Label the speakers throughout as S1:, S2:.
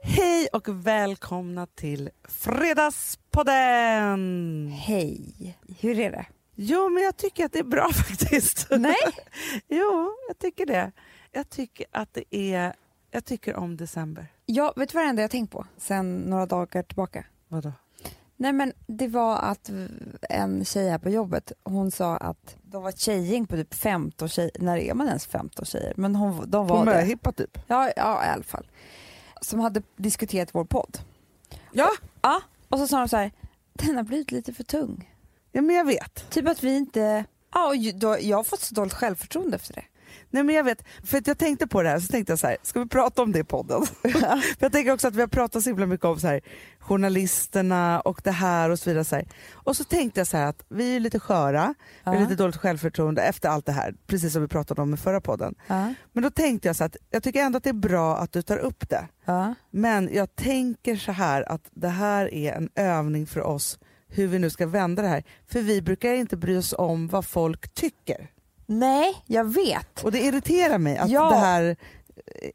S1: Hej och välkomna till Fredagspodden!
S2: Hej, hur är det?
S1: Jo, men jag tycker att det är bra faktiskt.
S2: Nej?
S1: jo, jag tycker det. Jag tycker att det är... Jag tycker om december.
S2: Ja, vet du vad det enda jag tänkt på sen några dagar tillbaka?
S1: Vadå?
S2: Nej men det var att en tjej här på jobbet, hon sa att de var ett tjejgäng på typ 15 tjejer, när är man ens 15 tjejer? Men hon, de var
S3: På
S2: det.
S3: möhippa typ.
S2: Ja, ja, i alla fall. Som hade diskuterat vår podd.
S1: Ja.
S2: Ja, och så sa de så här, den har blivit lite för tung.
S1: Ja, men jag vet.
S2: Typ att vi inte, ja och ju- då, jag har fått så dåligt självförtroende efter det.
S1: Nej, men jag vet. För att jag tänkte på det här, så tänkte jag så här, ska vi prata om det i podden? för jag tänker också att vi har pratat så himla mycket om så här, journalisterna och det här och så vidare. Så här. Och så tänkte jag så här att vi är lite sköra, vi har
S2: Ja.
S1: lite dåligt självförtroende efter allt det här, precis som vi pratade om i förra podden.
S2: Ja,
S1: Men då tänkte jag så här att jag tycker ändå att det är bra att du tar upp det.
S2: ja.
S1: Men jag tänker så här att det här är en övning för oss hur vi nu ska vända det här. För vi brukar inte bry oss om vad folk tycker.
S2: Nej, jag vet.
S1: Och det irriterar mig att
S2: Ja.
S1: det här eh,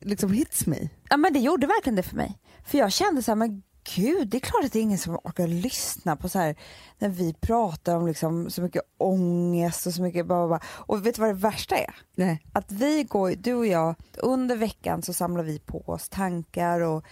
S1: liksom hits mig.
S2: Ja men det gjorde verkligen det för mig. För jag kände så här, men gud det är klart att det är ingen som orkar lyssna på så här när vi pratar om liksom så mycket ångest och så mycket bla, bla, bla. Och vet du vad det värsta är?
S1: Nej.
S2: Att vi går, du och jag, under veckan så samlar vi på oss tankar och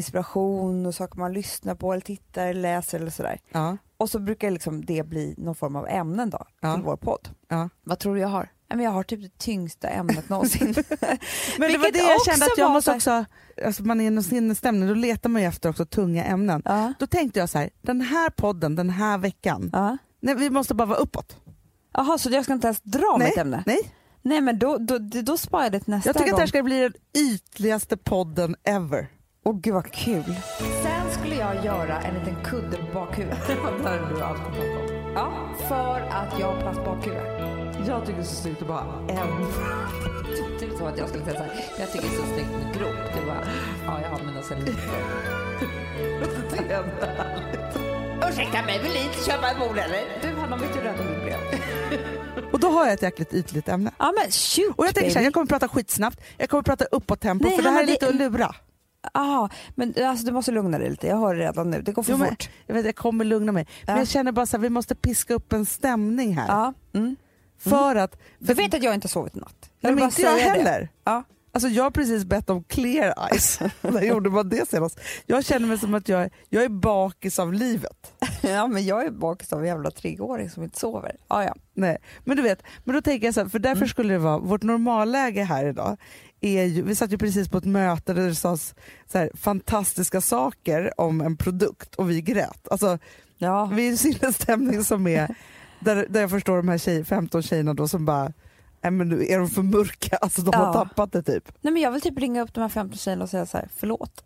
S2: inspiration och saker man lyssnar på eller tittar eller läser eller sådär.
S1: Ja.
S2: Och så brukar liksom det bli någon form av ämnen då,
S1: Ja.
S2: till vår podd.
S1: Ja.
S2: Vad tror du jag har? Ja, men Jag har typ det tyngsta ämnet någonsin.
S1: Men det var
S2: Vilket
S1: det jag
S2: också
S1: kände att jag
S2: var
S1: måste
S2: så-
S1: också, alltså man är i någon sinnesstämning, då letar man ju efter också tunga ämnen.
S2: ja.
S1: Då tänkte jag så här, den här podden, den här veckan,
S2: Ja.
S1: nej, vi måste bara vara uppåt.
S2: Jaha, så jag ska inte ens dra mitt ämne?
S1: Nej,
S2: Nej men då, då, då, då sparar jag det till nästa
S1: Jag tycker att
S2: gång.
S1: det här ska bli den ytligaste podden ever.
S2: Åh gud vad kul. Sen skulle jag göra en liten kudde på bakhuvudet. ja, för att jag har plast bakhuvud.
S1: Jag tycker det är så snyggt att bara en.
S2: Det som att jag skulle säga såhär, jag tycker det är så snyggt med grop. Du bara, ja jag har mina celluliter. Ursäkta mig, vill ni inte köpa en bord eller? Du Hanna, vet du hur rädd du blev?
S1: Och då har jag ett jäkligt ytligt ämne.
S2: Ja men shoot
S1: Och jag tänker så här,
S2: baby.
S1: jag kommer prata skitsnabbt, jag kommer prata uppåt tempo
S2: Nej,
S1: för det här är
S2: Hanna,
S1: lite att
S2: det-
S1: lura.
S2: Ah, men alltså, du måste lugna dig lite, jag hör det redan nu. Det går för
S1: Jo, men,
S2: fort.
S1: jag, vet, jag kommer lugna mig. Men
S2: Ja.
S1: jag känner bara så här, vi måste piska upp en stämning här.
S2: Ja, mm.
S1: För att...
S2: Du vet att jag inte har sovit i natt.
S1: nej,
S2: vill
S1: men
S2: bara
S1: inte jag
S2: säga det.
S1: heller.
S2: Ja.
S1: Alltså jag har precis bett om clear eyes. När gjorde man det senast? Jag känner mig som att jag, är- jag är bakis av livet.
S2: ja, men jag är bakis av en jävla treåring som inte sover. Ah, ja.
S1: Nej. Men du vet, men då tänker jag så här, för därför
S2: Mm.
S1: skulle det vara, vårt normalläge här idag är ju, vi satt ju precis på ett möte där det sades så här, fantastiska saker om en produkt och vi grät. Alltså
S2: Ja.
S1: vi är i en sinnesstämning som är, där, där jag förstår de här tjej, 15 tjejerna då som bara, nej men nu är de för mörka, alltså de har
S2: Ja.
S1: tappat det typ.
S2: Nej, men jag vill typ ringa upp de här 15 tjejerna och säga så här, förlåt.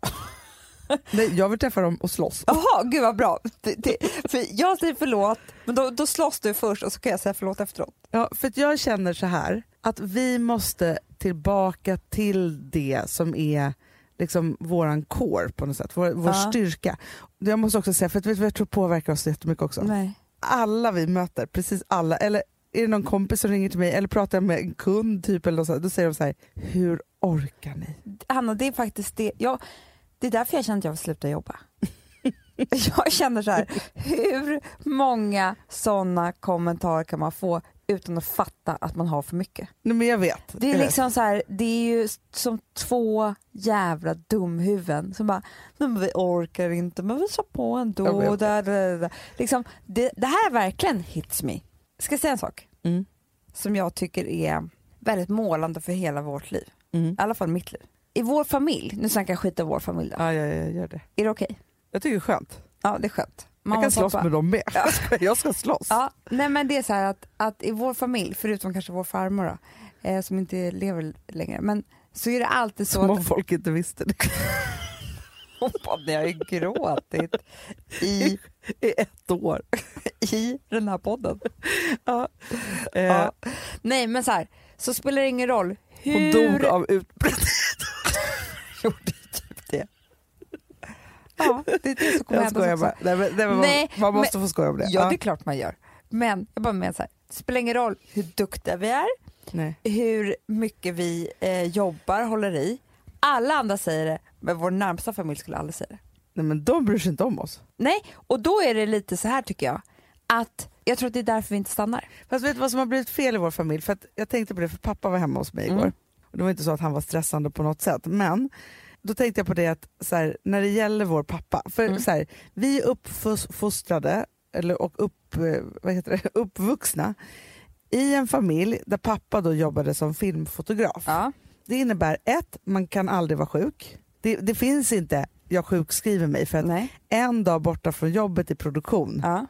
S1: Nej, jag vill träffa dem och slåss.
S2: Jaha, gud vad bra. Det, det, för jag säger förlåt, men då, då slåss du först och så kan jag säga förlåt efteråt.
S1: Ja, för att jag känner så här att vi måste tillbaka till det som är liksom våran core på något sätt, vår, vår
S2: Ja.
S1: styrka. Jag måste också säga, för att vet du vad jag tror påverkar oss jättemycket också?
S2: Nej.
S1: Alla vi möter, precis alla, eller är det någon kompis som ringer till mig eller pratar jag med en kund typ eller något sånt, då säger de så här, hur orkar ni?
S2: Hanna, det är faktiskt det. Jag, det är därför jag känner att jag vill sluta jobba. jag känner så här, hur många sådana kommentarer kan man få utan att fatta att man har för mycket?
S1: Nej men jag vet.
S2: Det är
S1: jag vet.
S2: liksom så här, det är ju som två jävla dumhuvuden som bara, "Nej, men vi orkar inte, men vi kör på ändå.
S1: Jag vet
S2: Och
S1: det.
S2: där, där, där, där. Liksom, det, det här verkligen hits me. Ska jag säga en sak
S1: Mm.
S2: som jag tycker är väldigt målande för hela vårt liv,
S1: Mm.
S2: i alla fall mitt liv. I vår familj, nu snackar jag skit om vår familj, då.
S1: Ja, ja, jag gör det.
S2: är det okej?
S1: Jag tycker det är skönt.
S2: Ja, det är skönt.
S1: Jag
S2: Mamma
S1: kan
S2: och
S1: slåss
S2: pappa.
S1: med dem med. jag ska slåss.
S2: Ja, nej men det är så här att, att i vår familj, förutom kanske vår farmor då, eh, som inte lever längre, men så är det alltid så
S1: Som
S2: att
S1: om folk inte visste det
S2: Hoppa, ni har ju gråtit i,
S1: i ett år.
S2: i den här podden.
S1: Eh,
S2: Ja. Nej men så här, så spelar det ingen roll hur...
S1: Hon dog av utbrändhet.
S2: Gjorde typ det. Ja, det är det som kommer
S1: Jag
S2: hända.
S1: skojar
S2: också.
S1: bara. Nej, men, nej, men
S2: Nej,
S1: man, man måste få skoja om det.
S2: Ja det är klart man gör. Men jag bara menar så här, det spelar ingen roll hur duktiga vi är,
S1: nej.
S2: hur mycket vi eh, jobbar, håller i. Alla andra säger det, Men vår närmsta familj skulle aldrig säga det.
S1: Nej men de bryr sig inte om oss.
S2: Nej, och då är det lite så här tycker jag. Att jag tror att det är därför vi inte stannar.
S1: Fast vet du vad som har blivit fel i vår familj? För att jag tänkte på det, för pappa var hemma hos mig
S2: Mm.
S1: igår. Och det var inte så att han var stressande på något sätt, men då tänkte jag på det att så här, när det gäller vår pappa, för
S2: Mm.
S1: så här, vi är uppfostrade, eller, och upp, eh, vad heter det, uppvuxna i en familj där pappa då jobbade som filmfotograf.
S2: Ja.
S1: Det innebär ett, man kan aldrig vara sjuk. Det, det finns inte, jag sjukskriver mig, för att
S2: Nej.
S1: en dag borta från jobbet i produktion,
S2: Ja.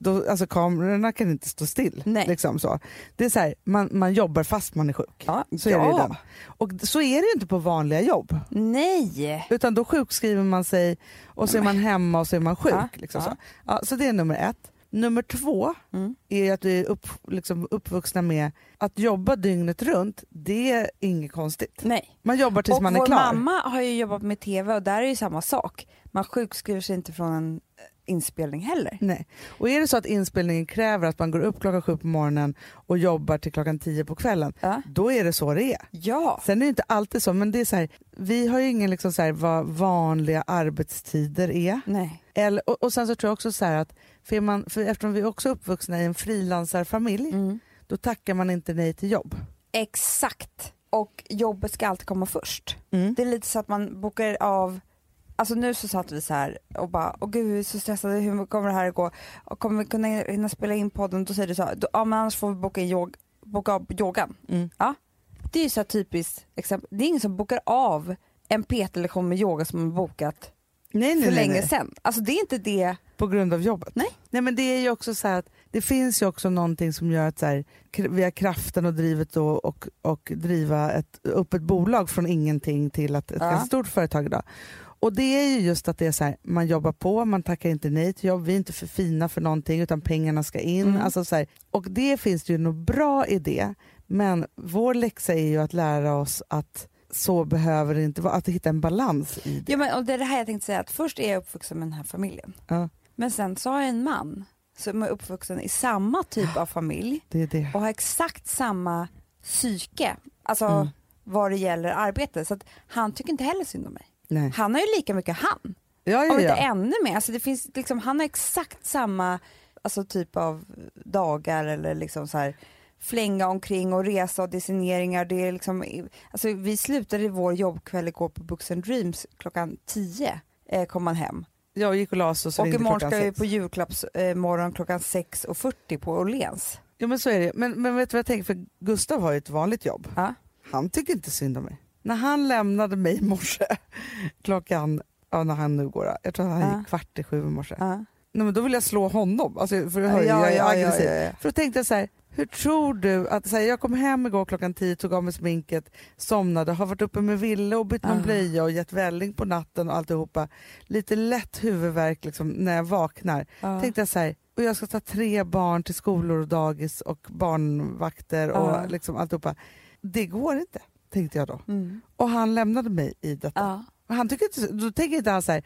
S1: då, alltså kamerorna kan inte stå still.
S2: Nej.
S1: Liksom så. Det är så här, man, man jobbar fast man är sjuk.
S2: Ja.
S1: Så är det ju den. Och d- så är det ju inte på vanliga jobb.
S2: Nej.
S1: Utan då sjukskriver man sig och så är man hemma och så är man sjuk.
S2: Ja,
S1: Liksom
S2: ja.
S1: Så. Ja, så det är nummer ett. Nummer två
S2: Mm.
S1: är att vi är upp, liksom uppvuxna med att jobba dygnet runt, det är inget konstigt.
S2: Nej.
S1: Man jobbar tills
S2: och
S1: man
S2: vår
S1: är klar.
S2: mamma har ju jobbat med TV och där är ju samma sak. Man sjukskriver sig inte från en eh, inspelning heller.
S1: Nej. Och är det så att inspelningen kräver att man går upp klockan sju på morgonen och jobbar till klockan tio på kvällen,
S2: Ja.
S1: då är det så det är.
S2: Ja.
S1: Sen är det inte alltid så, men det är så här, vi har ju ingen liksom så här, vad vanliga arbetstider är.
S2: Nej.
S1: Eller, och, och sen så tror jag också så här att, för är man, för eftersom vi är också uppvuxna i en frilansarfamilj,
S2: Mm.
S1: då tackar man inte nej till jobb.
S2: Exakt. Och jobbet ska alltid komma först.
S1: Mm.
S2: Det är lite så att man bokar av Alltså nu så satt vi så här och bara, åh gud vi är så stressade, hur kommer det här att gå? Och kommer vi kunna hinna spela in podden? Då säger du så här, "Då- ja men annars får vi boka, in yog- boka av yogan.
S1: Mm.
S2: Ja. Det är ju så här typiskt exempel. Det är ingen som bokar av en PT-lektion med yoga som man bokat
S1: Nej, nej,
S2: för
S1: nej,
S2: länge
S1: nej.
S2: sedan. Alltså det är inte det.
S1: På grund av jobbet.
S2: Nej.
S1: nej men det är ju också så här att det finns ju också någonting som gör att så här, kr- vi har kraften och drivet då och, och driva ett, upp ett bolag från ingenting till att ett
S2: Ja.
S1: ganska stort företag idag. Och det är ju just att det är så här, man jobbar på, man tackar inte nej till jobb, vi är inte för fina för någonting utan pengarna ska in.
S2: Mm.
S1: Alltså så här, och det finns det ju något bra i det, men vår läxa är ju att lära oss att så behöver det inte vara, att hitta en balans i det.
S2: Ja, men, och det är det här jag tänkte säga, att först är jag uppvuxen med den här familjen.
S1: Ja.
S2: Men sen så har jag en man som är uppvuxen i samma typ av familj.
S1: det, är det.
S2: och har exakt samma psyke, alltså
S1: Mm.
S2: vad det gäller arbete. Så att han tycker inte heller synd om mig.
S1: Nej.
S2: Han har ju lika mycket han,
S1: Ja,
S2: om
S1: ja,
S2: inte
S1: ja.
S2: ännu mer. Alltså det finns liksom, han har exakt samma alltså, typ av dagar eller liksom så här flänga omkring och resa och designeringar. Det är liksom, alltså, vi slutade vår jobbkväll igår på Books and Dreams klockan 10 eh, kom man hem.
S1: Jag gick och la oss och så
S2: Och
S1: ringde
S2: imorgon
S1: klockan
S2: ska vi
S1: sex.
S2: på julklappsmorgon eh, morgon klockan 6.40 på Åhléns.
S1: Ja men så är det. Men, men vet du vad jag tänker? För Gustav har ju ett vanligt jobb.
S2: Ja.
S1: Han tycker inte synd om mig. När han lämnade mig i morse, klockan, ja när han nu går då. jag tror att han
S2: Ja.
S1: gick kvart i sju i morse.
S2: Ja.
S1: Nej men då vill jag slå honom, alltså, för du hör ju, jag är aggressiv. För då tänkte jag så här, hur tror du att, så här, jag kom hem igår klockan tio, tog av mig sminket, somnade, har varit uppe med Ville och bytt någon
S2: Ah.
S1: blöja och gett välling på natten och alltihopa. Lite lätt huvudvärk liksom, när jag vaknar.
S2: Ja.
S1: tänkte jag så här, och jag ska ta tre barn till skolor och dagis och barnvakter och
S2: Ja.
S1: liksom alltihopa. Det går inte, tänkte jag då.
S2: Mm.
S1: Och han lämnade mig i detta.
S2: Ja.
S1: Och Han tycker inte, då tänker inte han så här,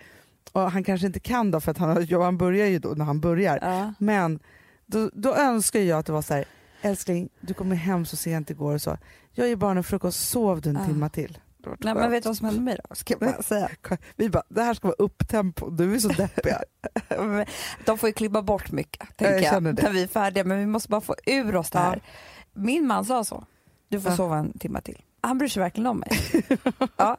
S1: och han kanske inte kan då för att han, har- ja, han börjar ju då när han börjar.
S2: Ja.
S1: Men då, då önskar jag att det var så här, älskling du kom hem så sent igår och så, jag ger barnen frukost, sov du en
S2: Ja.
S1: timma till. Det var
S2: Nej, men vet du vad som hände mig då? Ska jag bara säga.
S1: skönt. Vi bara, det här ska vara upptempo, du är så deppiga.
S2: De får ju klippa bort mycket, tänker
S1: jag
S2: jag,
S1: känner det.
S2: när vi är färdiga. Men vi måste bara få ur oss det här. Min man sa så. Du får
S1: Ja.
S2: sova en timme till. Han bryr sig verkligen om mig. ja.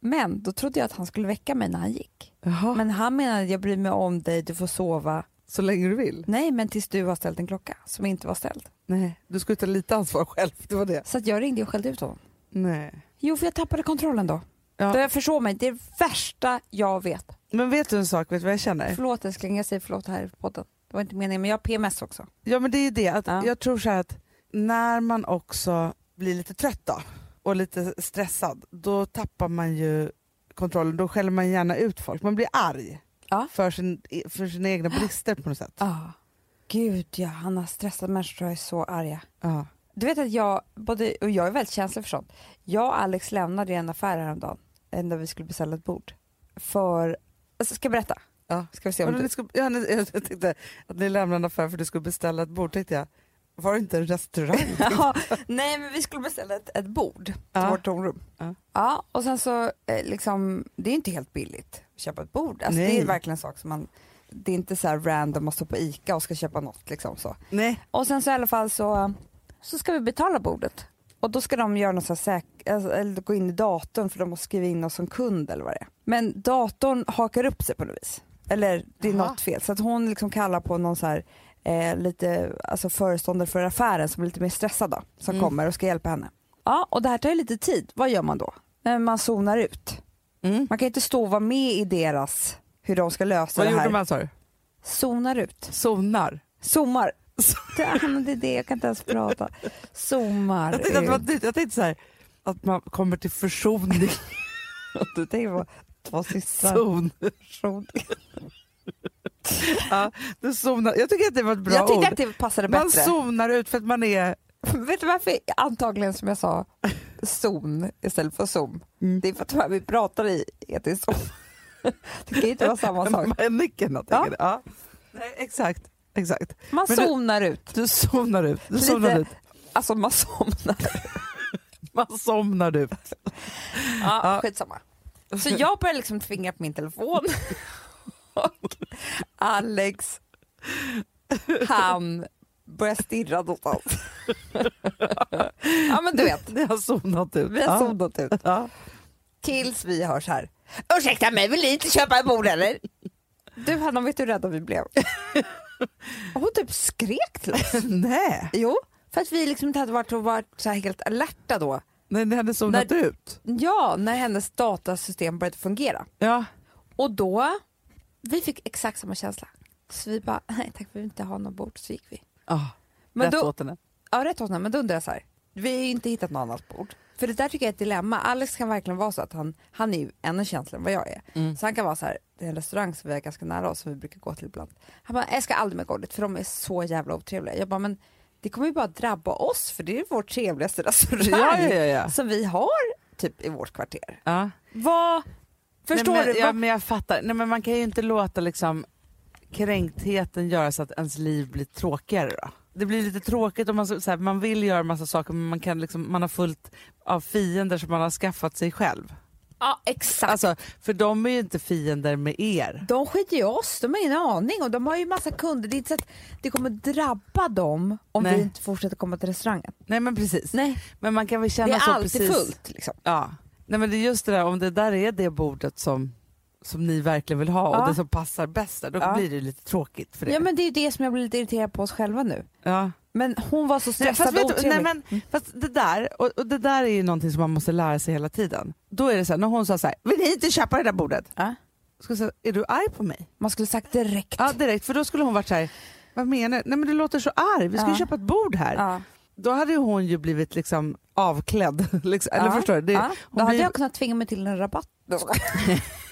S2: Men då trodde jag att han skulle väcka mig när han gick.
S1: Jaha,
S2: Men han menade, jag bryr mig om dig, du får sova.
S1: så länge du vill.
S2: Nej, men tills du har ställt en klocka som inte var ställd.
S1: Nej, du skulle ta lite ansvar själv. Det var det.
S2: Så att jag ringde och skällde ut honom.
S1: Nej.
S2: Jo, för jag tappade kontrollen då.
S1: Ja.
S2: då jag försov mig, det är det värsta jag vet.
S1: Men vet du en sak, vet du vad jag känner?
S2: Förlåt älskling, jag säger förlåt här i podden. Det var inte meningen, men jag har PMS också.
S1: Ja men det är ju det, att
S2: Ja.
S1: jag tror så här att när man också blir lite trött då, och lite stressad, då tappar man ju kontrollen. Då skäller man gärna ut folk. Man blir arg
S2: Ja.
S1: för, sin, e, för sina egna brister på något sätt.
S2: Ah. Gud ja, Hanna, stressade människor tror jag är så arga.
S1: Ja.
S2: Du vet att jag, både, och jag är väldigt känslig för sånt. Jag och Alex lämnade ju en affär häromdagen, en där vi skulle beställa ett bord. För, alltså, ska jag berätta?
S1: Ja.
S2: Ska vi se om
S1: Vadå,
S2: du...
S1: ni ska, ja, ni, jag tänkte att ni lämnade en affär för att du skulle beställa ett bord, tänkte jag. Var det inte en restaurang?
S2: Ja, nej men vi skulle beställa ett, ett bord till
S1: Ja.
S2: vårt tomrum.
S1: Ja.
S2: Ja. och sen så eh, liksom, det är inte helt billigt att köpa ett bord. Alltså, det
S1: Nej.
S2: är verkligen en sak som man, det är inte så här random att stå på ICA och ska köpa något liksom så.
S1: Nej.
S2: Och sen så i alla fall så, så ska vi betala bordet. Och då ska de göra något så här säk- alltså, eller gå in i datorn för de måste skriva in oss som kund eller vad det är. Men datorn hakar upp sig på något vis. Eller det är
S1: Jaha.
S2: något fel. Så att hon liksom kallar på någon så här eh, lite, alltså föreståndare för affären som är lite mer stressad då, som
S1: Mm.
S2: kommer och ska hjälpa henne. Ja, och det här tar ju lite tid. Vad gör man då? Eh, Man zonar ut.
S1: Mm.
S2: Man kan ju inte stå och vara med i deras, hur de ska lösa
S1: Vad
S2: det här.
S1: gjorde man sa du?
S2: Zonar ut.
S1: Zonar.
S2: Zoomar. Damn, det är det, jag kan inte ens prata. Zoomar
S1: Jag tänkte, att
S2: ut.
S1: man, jag tänkte så här, att man kommer till försoning.
S2: Du tänker på två systrar.
S1: Zon.
S2: Zoom.
S1: Du zonar. Jag tycker att det var ett bra
S2: Jag tycker
S1: ord.
S2: att det passade
S1: man
S2: bättre.
S1: zonar ut för att man är...
S2: Vet du varför antagligen som jag sa zon istället för zoom?
S1: Mm.
S2: Det är för att de här vi pratar i heter zoom. Det kan ju inte vara samma sak.
S1: Manicken,
S2: Ja.
S1: ja. ja. Nej, exakt. Exakt.
S2: Man
S1: Men du-
S2: zonar ut.
S1: Du zonar ut. Du
S2: Lite-
S1: zonar ut.
S2: Alltså man somnar.
S1: Man somnar ut.
S2: Ja, skitsamma. Så jag började liksom tvinga på min telefon och Alex, han börjar stirra någonstans. Ja men du vet,
S1: Ni har zonat ut.
S2: vi har zonat ut.
S1: Ja.
S2: Tills vi hörs här. Ursäkta mig, vill ni inte köpa ett bord eller? Du Hanna, vet du hur rädda vi blev? Hon typ skrek till oss.
S1: Nej.
S2: Jo, för att vi liksom inte hade varit, varit så här helt alerta då.
S1: Nej, ni hade zonat ut.
S2: Ja, när hennes datasystem började fungera.
S1: Ja.
S2: Och då, vi fick exakt samma känsla. Så vi bara, nej tack vi vill inte ha något bord, så gick vi.
S1: Ah,
S2: Men då,
S1: åt henne.
S2: ja, rätt åt henne, men då undrar jag så här, vi har ju inte hittat något annat bord. För det där tycker jag är ett dilemma, Alex kan verkligen vara så att han, han är ju ännu känsligare än vad jag är.
S1: Mm.
S2: Så han kan vara så här, det är en restaurang som vi är ganska nära oss som vi brukar gå till ibland. Han bara, jag ska aldrig mer gå dit för de är så jävla otrevliga. Jag bara, men det kommer ju bara drabba oss för det är ju vår trevligaste restaurang
S1: Ja, ja, ja. ja.
S2: som vi har typ i vårt kvarter.
S1: ja.
S2: Vad, förstår
S1: Nej, men,
S2: du?
S1: Ja,
S2: Vad-
S1: men jag fattar. Nej, men man kan ju inte låta liksom, kränktheten göra så att ens liv blir tråkigare. Då. Det blir lite tråkigt om man, så så här, man vill göra massa saker men man, kan liksom, man har fullt av fiender som man har skaffat sig själv.
S2: ja exakt.
S1: Alltså, för de är ju inte fiender med er.
S2: De skiter i oss, de har ingen aning och de har ju massa kunder. Det är inte så att det kommer drabba dem om
S1: Nej.
S2: vi inte fortsätter komma till restaurangen.
S1: Nej men precis.
S2: Nej.
S1: Men man kan väl känna
S2: Det är
S1: så
S2: alltid
S1: precis.
S2: fullt. Liksom.
S1: Ja. Nej men det är just det där, om det där är det bordet som, som ni verkligen vill ha
S2: Ja.
S1: och det som passar bäst där, då
S2: Ja.
S1: blir det lite tråkigt för er.
S2: Ja men det är ju det som jag blir lite irriterad på oss själva nu.
S1: ja.
S2: Men hon var så
S1: Nej,
S2: stressad
S1: fast, vet
S2: och
S1: du,
S2: otrevlig. Mm.
S1: nej, men, fast det där, och, och det där är ju någonting som man måste lära sig hela tiden. Då är det så här, när hon sa så här, vill ni inte köpa det där bordet?
S2: Ja.
S1: Ska jag säga, är du arg på mig?
S2: Man skulle sagt direkt.
S1: Ja direkt, för då skulle hon varit så här, vad menar du? Nej men du låter så arg, vi ska ju
S2: Ja.
S1: köpa ett bord här.
S2: Ja.
S1: Då hade ju hon ju blivit liksom avklädd. Liksom, eller
S2: Ja.
S1: förstår du? Det,
S2: Ja.
S1: hon
S2: Då hade
S1: blir-
S2: jag kunnat tvinga mig till en rabatt.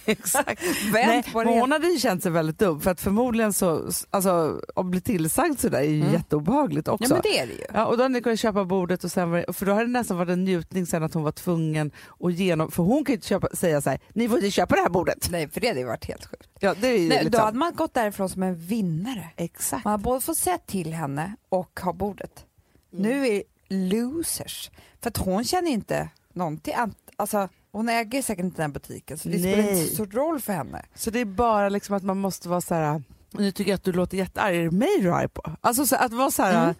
S1: Exakt. Nej,
S2: Vänt på
S1: men
S2: det.
S1: hon hade ju känt sig väldigt dum för att förmodligen så, alltså att bli tillsagd sådär är ju
S2: Mm.
S1: jätteobehagligt också.
S2: Ja men det är det ju.
S1: Ja, och då hade ni kunnat köpa bordet och sen var det, för då hade det nästan varit en njutning sen att hon var tvungen att genom, för hon kan ju inte köpa, säga så här, ni får inte köpa det här bordet.
S2: Nej för det hade ju varit helt sjukt.
S1: Ja, det är ju
S2: Nej, då
S1: liksom,
S2: hade man gått därifrån som en vinnare.
S1: Exakt.
S2: Man har både fått se till henne och ha bordet.
S1: Mm.
S2: Nu är det losers. För att hon känner inte någonting. annat. Alltså, hon äger säkert inte den här butiken så det spelar
S1: Nej.
S2: inte så stor roll för henne.
S1: Så det är bara liksom att man måste vara så här, nu tycker jag att du låter jättearg, är det mig du är arg på? Alltså så att vara så här,
S2: Mm.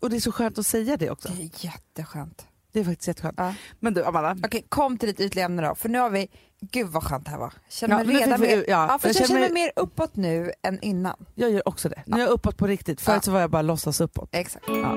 S1: och det är så skönt att säga det också.
S2: Det är jätteskönt.
S1: Det är faktiskt jätteskönt.
S2: Ja.
S1: Men du Amanda,
S2: Okej, kom till ditt ytliga ämne då. För nu har vi, gud vad skönt det här var. Jag Känner
S1: Ja,
S2: mig
S1: nu fick
S2: redan
S1: vi-
S2: mer,
S1: ja,
S2: ja, för
S1: jag känner
S2: jag, känner mig mer uppåt nu än innan.
S1: jag gör också det. Nu är jag uppåt på riktigt, förut
S2: Ja. Eh.
S1: så var jag bara låtsas uppåt.
S2: Exakt.
S1: Ja.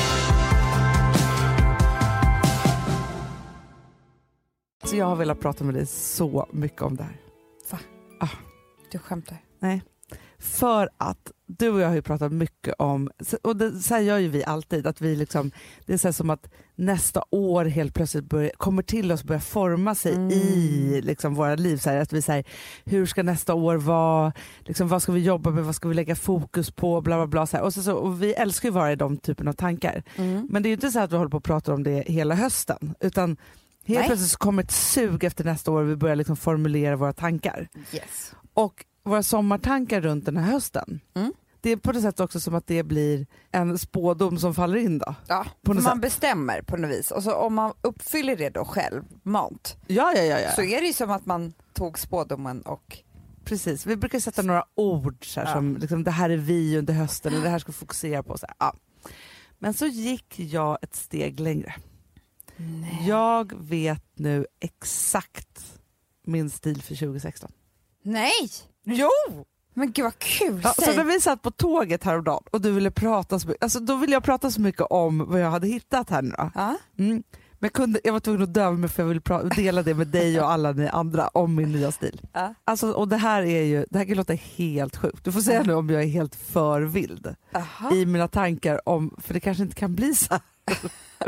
S4: Så Alltså, jag har velat prata med dig så mycket om det här.
S2: Du skämtar?
S4: För att du och jag har ju pratat mycket om, och det, så här gör ju vi alltid, att vi liksom, det är så här som att nästa år helt plötsligt börjar, kommer till oss och börjar forma sig
S2: Mm.
S4: i liksom våra liv. Så här, att vi säger, hur ska nästa år vara? Liksom, vad ska vi jobba med? Vad ska vi lägga fokus på? Bla, bla, bla, så här. Och, så, så, och vi älskar ju vara i de typen av tankar.
S2: Mm.
S4: Men det är ju inte så att vi håller på och pratar om det hela hösten, utan helt
S2: Nej.
S4: plötsligt så kommer ett sug efter nästa år och vi börjar liksom formulera våra tankar.
S2: Yes.
S4: Och våra sommartankar runt den här hösten.
S2: Mm.
S4: Det är på något sätt också som att det blir en spådom som faller in då.
S1: Ja,
S4: På något
S1: man bestämmer på något vis. Och så om man uppfyller det då självmant
S4: Ja, ja, ja.
S1: så är det ju som att man tog spådomen och...
S4: Precis. Vi brukar sätta några ord så här,
S1: Ja.
S4: som liksom, det här är vi under hösten och det här ska vi fokusera på. Så här. Ja. Men så gick jag ett steg längre.
S1: Jag vet nu exakt min stil för 2016.
S5: Nej!
S1: Jo!
S5: Men gud vad kul!
S1: Ja, så
S5: säg.
S1: när vi satt på tåget häromdagen och du ville prata så mycket, alltså då ville jag prata så mycket om vad jag hade hittat här nu då.
S5: Ja.
S1: Mm. Men jag, kunde, jag var tvungen att döva mig för jag ville pra- dela det med dig och alla ni andra om min nya stil.
S5: Ja.
S1: Alltså, och det här är ju, det här kan låta helt sjukt. Du får säga nu om jag är helt för vild
S5: Aha.
S1: i mina tankar om, för det kanske inte kan bli så här.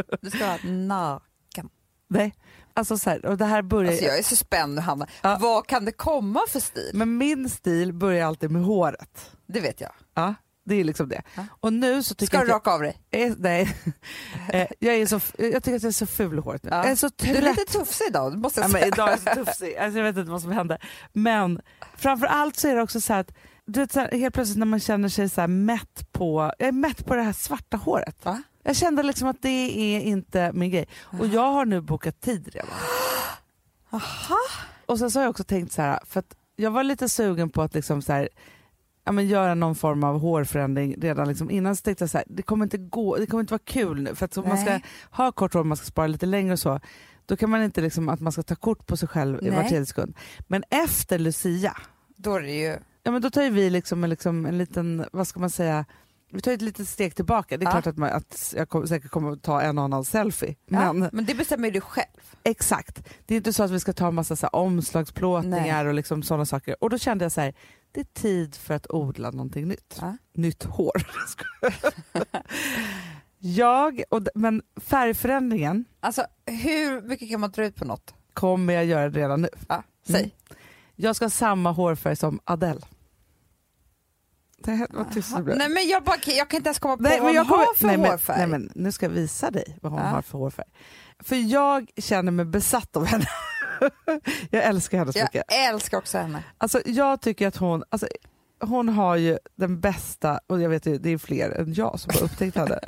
S5: Du ska vara naken.
S1: Nej. Alltså så här, och det här börjar
S2: Alltså jag är så spänd nu Hanna.
S1: Ja.
S2: Vad kan det komma för stil?
S1: Men min stil börjar alltid med håret.
S2: Det vet jag.
S1: Ja, det är liksom det.
S2: Ja.
S1: Och nu så tycker
S2: Ska
S1: jag att
S2: du raka av dig?
S1: jag, är, nej. Eh, jag, är så, f- jag tycker att jag är så ful i håret nu.
S2: Ja.
S1: Jag är så
S2: Du
S1: trött.
S2: är lite tufsig idag, det måste
S1: Ja,
S2: jag
S1: men
S2: säga.
S1: idag är jag så tufsig. Alltså, jag vet inte vad som hände. Men framför allt så är det också så här att du vet, så här, helt plötsligt när man känner sig så här mätt på, jag är mätt på det här svarta håret.
S2: Va?
S1: Jag kände liksom att det är inte min grej. Och jag har nu bokat tid redan.
S5: Aha.
S1: Och sen så har jag också tänkt så här, för att jag var lite sugen på att liksom så här, ja, men göra någon form av hårförändring redan liksom innan. Så tänkte jag så här, det kommer inte gå, det kommer inte vara kul nu. För att om man ska
S5: Nej.
S1: ha kort hår, man ska spara lite längre och så, då kan man inte liksom att man ska ta kort på sig själv i var
S5: Nej.
S1: tredje sekund. Men efter Lucia,
S2: Då är det ju...
S1: ja men då tar ju vi liksom, en- liksom en liten, vad ska man säga, vi tar ett litet steg tillbaka. Det är
S2: Ja.
S1: klart att, man, att jag kommer, säkert kommer att ta en och annan selfie.
S2: Ja.
S1: Men
S2: Men det bestämmer ju du själv.
S1: Exakt. Det är inte så att vi ska ta en massa så här omslagsplåtningar och liksom sådana saker. Och då kände jag så här, det är tid för att odla någonting nytt.
S2: Ja.
S1: Nytt hår. jag, och, d- men färgförändringen
S2: Alltså hur mycket kan man dra ut på något?
S1: kommer jag göra redan nu.
S2: Ja, säg.
S1: Mm. Jag ska ha samma hårfärg som Adele. Det här, vad tyst det blev.
S2: Nej men jag, bara, jag kan inte ens komma på
S1: Nej,
S2: vad
S1: men jag
S2: hon
S1: kommer,
S2: har för
S1: nej, men,
S2: hårfärg.
S1: Nej, men nu ska jag visa dig vad hon
S2: Ja.
S1: har för hårfärg. För jag känner mig besatt av henne. jag älskar henne så mycket.
S2: jag älskar också henne.
S1: Alltså jag tycker att hon, alltså, hon har ju den bästa, och jag vet ju det är fler än jag som har upptäckt henne,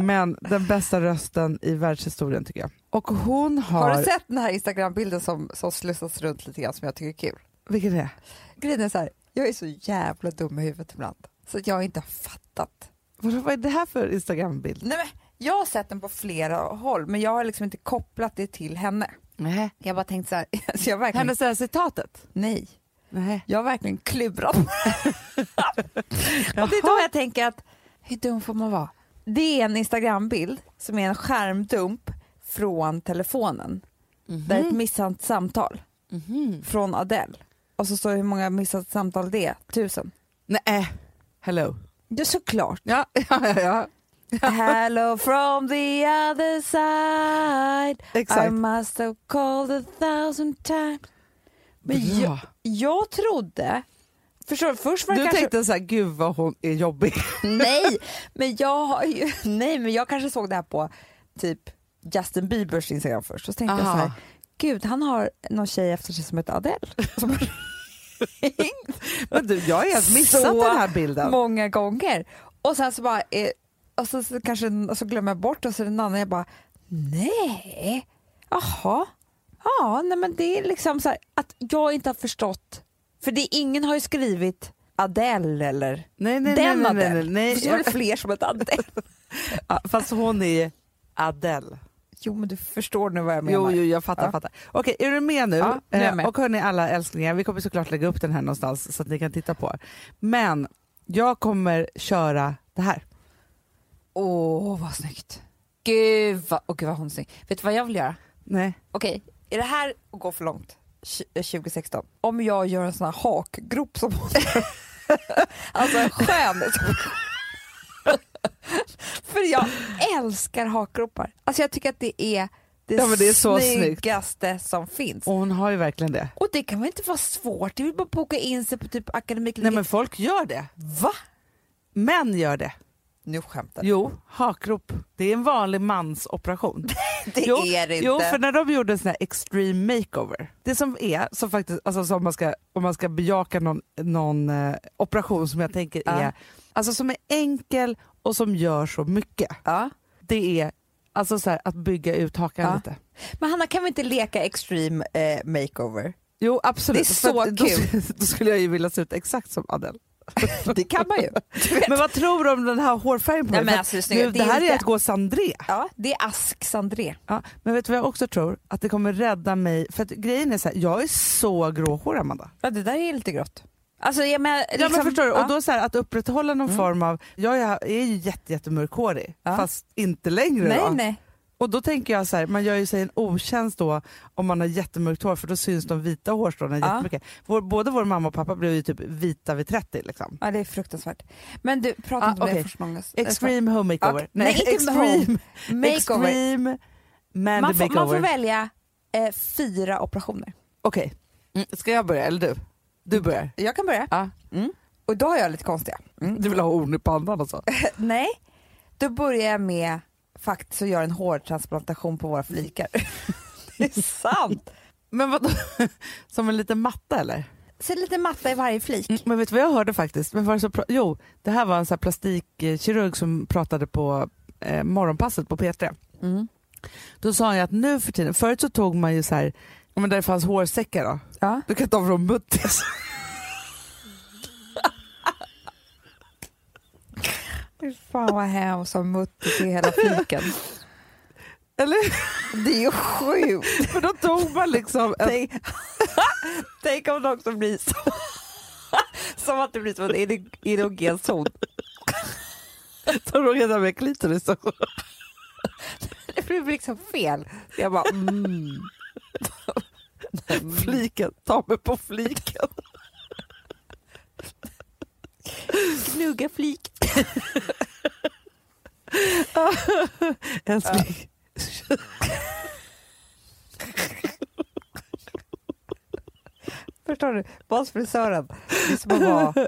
S1: men den bästa rösten i världshistorien tycker jag. Och hon har,
S2: Har du sett den här Instagram-bilden som, som slussas runt lite grann som jag tycker är kul?
S1: vilken är det?
S2: Grejen är så här, jag är så jävla dum i huvudet ibland så att jag inte har fattat.
S1: Vad, vad är det här för Instagram-bild?
S2: Nej, men jag har sett den på flera håll men jag har liksom inte kopplat det till henne.
S1: Nej.
S2: Jag har bara tänkt så här, så jag har verkligen,
S1: Hennes det här citatet?
S2: nej,
S1: Nej.
S2: jag har verkligen klurat. Och det är då jag tänker att hur dum får man vara? Det är en Instagram-bild som är en skärmdump från telefonen där
S1: Mm-hmm.
S2: ett missat samtal från Adele och så står det hur många missat samtal det är, tusen.
S1: Nej. eh, Hello.
S2: Ja såklart.
S1: Ja, ja, ja, ja.
S2: Hello from the other side I
S1: exakt.
S2: must have called a thousand times Men
S1: Bra.
S2: jag, jag trodde, förstår du, först var det
S1: Du
S2: kanske...
S1: tänkte så här, gud vad hon är jobbig.
S2: Nej, men jag har ju, nej men jag kanske såg det här på typ Justin Biebers Instagram först så tänkte jag så här, gud han har någon tjej efter sig som heter Adele. Som har ringt
S1: Men du, jag har helt missat
S2: Så
S1: den här bilden.
S2: många gånger. Och sen så bara, eh, och så, så kanske och så glömmer jag bort och så är det en annan jag bara, nej, jaha. Ja, nej men det är liksom så här att jag inte har förstått, för det är, ingen har ju skrivit Adele eller
S1: Nej, nej,
S2: den
S1: nej, nej, nej,
S2: Adele.
S1: nej.
S2: För så är det fler som heter Adele.
S1: Ja, fast hon är Adele.
S2: Jo men du förstår nu vad jag menar.
S1: Jo, jo, jag fattar.
S2: Ja.
S1: fattar. Okej, är du med nu?
S2: Ja, nu är jag
S1: Eh,
S2: med.
S1: Och hörni alla älsklingar, vi kommer såklart lägga upp den här någonstans så att ni kan titta på. Men jag kommer köra det här.
S2: Åh vad snyggt. Gud vad, oh, gud vad hon är snygg. Vet du vad jag vill göra?
S1: Nej.
S2: Okej, är det här att gå för långt? Tj- eh, 2016. Om jag gör en sån här hakgrop som hon Alltså en skön. För jag älskar hakgropar. Alltså jag tycker att det är det,
S1: Ja, men det är så snyggt.
S2: snyggaste som finns.
S1: Och hon har ju verkligen det.
S2: Och det kan väl inte vara svårt? Det vill bara att boka in sig på typ
S1: Nej
S2: akademikliniken.
S1: men folk gör det.
S2: Va?
S1: Män gör det.
S2: Nu skämtar du.
S1: Jo, hakrop. Det är en vanlig mansoperation.
S2: Det
S1: jo,
S2: är det inte.
S1: Jo, för när de gjorde en sån här extreme makeover. Det som är, som faktiskt, alltså som man ska, om man ska bejaka någon, någon eh, operation som jag tänker
S2: Ja.
S1: är, alltså som är enkel och som gör så mycket.
S2: ja.
S1: det är alltså så här, att bygga ut hakan
S2: Ja.
S1: lite.
S2: Men Hanna, kan vi inte leka extreme eh, makeover?
S1: Jo absolut.
S2: Det är så
S1: För att då,
S2: kul.
S1: Då skulle jag ju vilja se ut exakt som Adele.
S2: Det kan man ju. Du vet.
S1: Men vad tror du om den här hårfärgen på
S2: Nej,
S1: mig?
S2: men
S1: För
S2: alltså, det är
S1: att
S2: snyggt.
S1: nu,
S2: Det
S1: det
S2: är
S1: här är
S2: inte-
S1: att gå Sandré.
S2: Ja, det är ask Sandré.
S1: Ja, men vet du vad jag också tror? Att det kommer rädda mig. För att grejen är så här, jag är så gråhårig Amanda.
S2: Ja, det där är lite grått. Alltså, jag menar,
S1: Ja,
S2: liksom,
S1: men förstår du?
S2: ja.
S1: Och då så här, att upprätthålla någon
S2: Mm.
S1: form av, jag är, är ju jätte, jättemörkhårig
S2: Ja.
S1: fast inte längre.
S2: nej,
S1: då.
S2: nej.
S1: Och då tänker jag så här, man gör ju sig en otjänst då om man har jättemörkt hår för då syns de vita hårstråna
S2: Ja.
S1: jättemycket. Vår, både vår mamma och pappa blev ju typ vita vid 30 liksom.
S2: Ja, det är fruktansvärt. Men du, prata
S1: Ja,
S2: inte om
S1: okej.
S2: det första gången.
S1: Extreme home makeover.
S2: Okej. Nej, inte
S1: extreme,
S2: Makeover.
S1: extreme man,
S2: Man får, man får
S1: makeover.
S2: välja eh, fyra operationer.
S1: Okej, Mm, ska jag börja eller du? Du börjar.
S2: Jag kan börja.
S1: Ja.
S2: Mm. Och då har jag lite konstiga.
S1: Du vill ha horn i pannan alltså?
S2: Nej, då börjar jag med faktiskt att göra en hårtransplantation på våra flikar. det är sant!
S1: Men vadå? Som en liten matta eller?
S2: Så lite matta i varje flik.
S1: Men vet du vad jag hörde faktiskt? Men var det så pra- jo, det här var en så här plastikkirurg som pratade på eh, morgonpasset på P3.
S2: Mm.
S1: Då sa han ju att nu för tiden, förut så tog man ju så här, ja, men där det fanns hårsäckar då,
S2: Ja.
S1: du kan ta från muttis.
S2: Fan vad hemskt om muttis i hela fliken.
S1: Eller?
S2: Det är ju sjukt!
S1: För då tog man liksom en,
S2: Tänk, tänk om det också blir så. Som att det blir som en erogen- erogen zon.
S1: de råkade med klitoris. också.
S2: Det blir liksom fel. Så jag bara, mm.
S1: Fliken, ta mig på fliken.
S2: Gnugga flik.
S1: Älskling.
S2: Förstår du? Basfrisören. Det är som att vara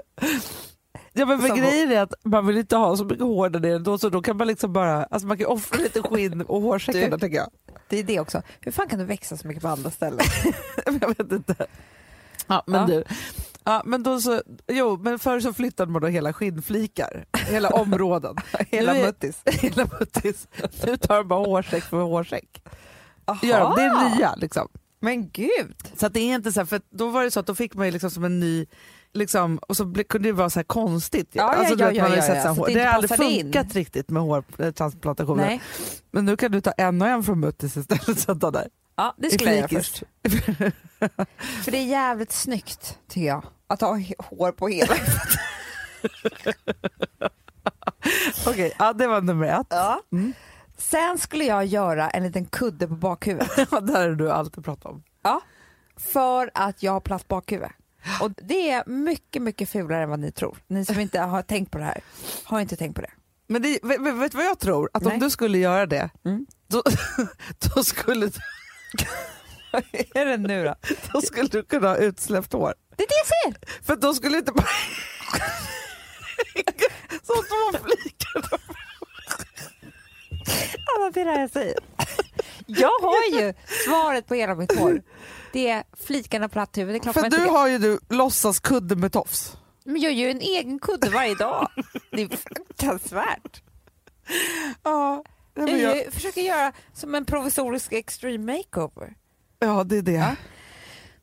S1: Ja men för
S2: Som-
S1: grejen är att man vill inte ha så mycket hår där nere då så då kan man liksom bara, alltså man kan offra lite skinn och hårsäckar
S2: Du-
S1: där tänker jag.
S2: Det är det också. Hur fan kan du växa så mycket på andra ställen?
S1: jag vet inte. Ja, men
S2: Ja.
S1: du. Ja, men då så, jo, men förr så flyttade man då hela skinnflikar, hela områden,
S2: Hela
S1: Nu är-
S2: muttis.
S1: hela muttis. Nu tar de bara hårsäck för hårsäck. Gör de.
S2: Jaha.
S1: Det är nya liksom.
S2: Men gud!
S1: Så att det är inte så här, för att då var det så att då fick man ju liksom som en ny, liksom, och så ble, kunde det vara så här konstigt. ju.
S2: Ja, ja,
S1: alltså, du
S2: ja,
S1: vet,
S2: ja,
S1: man har ju
S2: ja,
S1: sett
S2: ja,
S1: så här
S2: så
S1: hår-
S2: att det
S1: Det har
S2: inte
S1: aldrig
S2: passade in.
S1: funkat riktigt med hårtransplantationer.
S2: Nej.
S1: Men nu kan du ta en och en från muttis istället och sätta där.
S2: Ja, det
S1: I
S2: skulle jag göra
S1: flikis.
S2: först. För det är jävligt snyggt, tycker jag. Att ha h- hår på hela.
S1: Okej, ja, det var nummer ett.
S2: Ja.
S1: Mm.
S2: Sen skulle jag göra en liten kudde på bakhuvudet.
S1: det här har du alltid pratat om.
S2: För att jag har platt bakhuvud. Och det är mycket, mycket fulare än vad ni tror. Ni som inte har tänkt på det här har inte tänkt på det.
S1: Men det, vet, vet vet du vad jag tror? Att om
S2: Nej.
S1: du skulle göra det,
S2: Mm.
S1: då, då, skulle, du-
S2: är det nu då?
S1: då skulle du kunna ha utsläppt hår.
S2: Det är det jag säger!
S1: För då skulle inte bara... Så två flikar.
S2: Anna, det är det här jag säger. Jag har ju svaret på hela mitt hår. Det är flikarna platt huvud. Det är klart man
S1: För
S2: inte
S1: du
S2: vet.
S1: har ju du låtsas kudde med tofs.
S2: Men jag gör ju en egen kudde varje dag. Det är fruktansvärt.
S1: Ja, nej,
S2: Jag,
S1: men jag,
S2: gör- försöker göra som en provisorisk extreme makeover.
S1: ja det är det.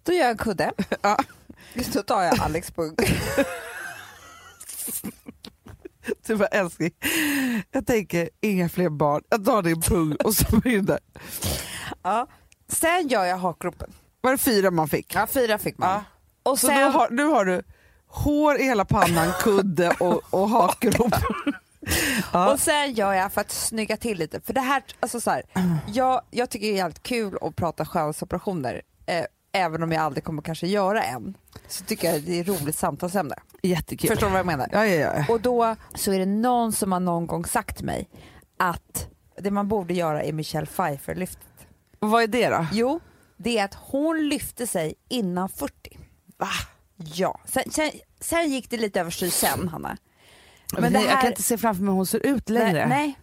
S2: Då gör jag en kudde.
S1: Ja.
S2: Just då tar jag Alex Bugg.
S1: Du bara älskling, jag tänker inga fler barn. Jag tar din pung och så in där.
S2: Ja. Sen gör jag hakgropen.
S1: Var det fyra man fick?
S2: Ja, fyra fick man.
S1: Ja.
S2: Och
S1: Så
S2: sen,
S1: nu, har, nu har du hår i hela pannan, kudde och, och hakrop. Ja.
S2: och sen gör jag för att snygga till lite. För det här, alltså så här, jag, jag tycker det är jävligt kul att prata skönhetsoperationer. Eh, även om jag aldrig kommer kanske göra en. Så tycker jag det är roligt samtalsämne.
S1: Jättekul.
S2: Förstår du vad jag menar?
S1: Ja, ja, ja.
S2: Och då så är det någon som har någon gång sagt till mig att det man borde göra är Michelle Pfeiffer-lyftet.
S1: Vad är det då?
S2: Jo, det är att hon lyfte sig innan 40.
S1: Va?
S2: Ja. Sen, sen, sen gick det lite överstyr sen, Hanna.
S1: Men det Jag kan inte se framför mig hur hon ser ut längre.
S2: nej, nej.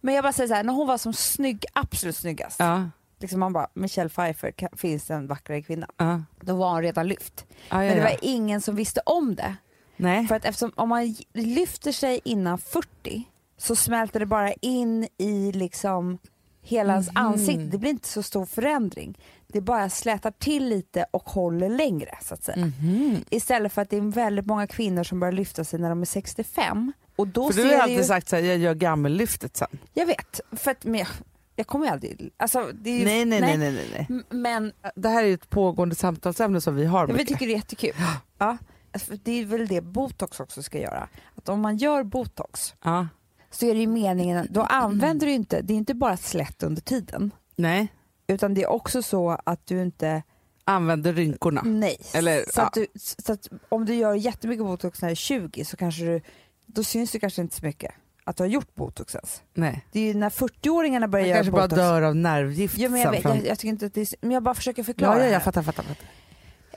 S2: Men jag bara säger så här, när hon var som snygg, absolut snyggast,
S1: Ja,
S2: liksom man bara Michelle Pfeiffer, kan, finns det en vackrare kvinna?
S1: ja.
S2: Då var hon redan lyft.
S1: Ja, ja,
S2: Men det
S1: ja.
S2: var ingen som visste om det.
S1: Nej.
S2: För att eftersom om man j- lyfter sig innan 40 så smälter det bara in i liksom hela ens
S1: Mhm.
S2: ansikte. Det blir inte så stor förändring. Det bara slätar till lite och håller längre så att
S1: Mm.
S2: säga. Mhm. Istället för att det är väldigt många kvinnor som börjar lyfta sig när de är 65. Och då
S1: För
S2: ser
S1: du har ju
S2: det
S1: alltid
S2: ju...
S1: sagt så här, jag gör gammellyftet sen.
S2: Jag vet, för att, men jag, jag kommer ju aldrig... Alltså, det är ju,
S1: Nej, nej, nej, nej, nej, nej.
S2: M- Men
S1: Det här är ju ett pågående samtalsämne som vi har.
S2: Ja, vi
S1: mycket.
S2: tycker det är jättekul. Ja. Alltså, för Det är väl det botox också ska göra. Att om man gör botox
S1: Ja.
S2: så är det ju meningen, att- då använder du inte, det är inte bara slätt under tiden.
S1: Nej,
S2: Utan det är också så att du inte,
S1: använder rynkorna.
S2: nej.
S1: Eller,
S2: så, att du, så att om du gör jättemycket botox när du är 20 så kanske du, då syns det kanske inte så mycket att du har gjort botox ens.
S1: Nej.
S2: Det är ju när 40-åringarna börjar
S1: Jag
S2: göra
S1: kanske bara
S2: botox.
S1: dör av nervgift
S2: Ja, men jag,
S1: sen.
S2: vet,
S1: fram-
S2: jag, jag tycker inte att det är, så- men jag bara försöker förklara.
S1: ja, ja,
S2: här.
S1: jag fattar, fattar. fattar.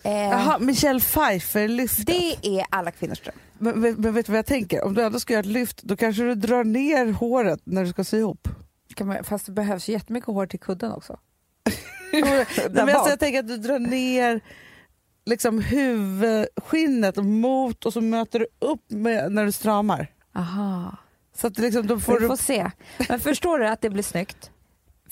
S2: Eh,
S1: Jaha, Michelle Pfeiffer-lyftet.
S2: det är alla kvinnors dröm.
S1: Men, men, men vet du vad jag tänker? Om du ändå ska göra ett lyft, då kanske du drar ner håret när du ska sy ihop.
S2: Kan man, fast det behövs ju jättemycket hår till kudden också.
S1: Nej, men alltså, jag tänker att du drar ner liksom huvudskinnet mot och så möter du upp med, när du stramar.
S2: Aha.
S1: Så att liksom, då får
S2: Får
S1: du...
S2: vi får se. Men förstår du att det blir snyggt?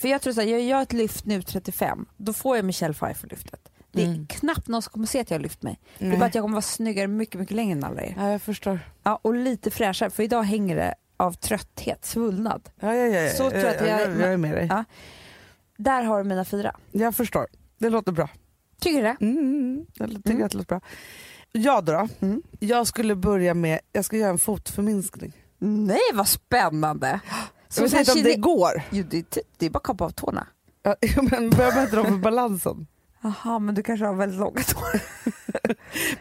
S2: För jag tror så här, jag gör ett lyft nu 35, då får jag Michelle Pfeiffer-lyftet. Det är
S1: Mm.
S2: knappt någon som kommer se att jag har lyft mig. Det
S1: Nej.
S2: är bara att jag kommer vara snyggare mycket, mycket längre än alla er.
S1: Ja, jag förstår.
S2: Ja, och lite fräschare, för idag hänger det av trötthet, svullnad.
S1: Ja, ja, ja, ja.
S2: Så tror jag att
S1: jag,
S2: jag-
S1: jag, är med dig.
S2: Ja. Där har du mina fyra.
S1: Jag förstår. Det låter bra.
S2: Tycker du det?
S1: Mm, jag tycker
S2: Mm.
S1: att det låter bra. Jag då?
S2: Mm.
S1: Jag skulle börja med, jag ska göra en fotförminskning.
S2: Nej, vad spännande!
S1: jag vet inte om det går.
S2: Jo, det, är- typ- det är bara att kapa av tårna.
S1: Ja, men vad heter de för balansen?
S2: Jaha, men du kanske har väldigt långa tår.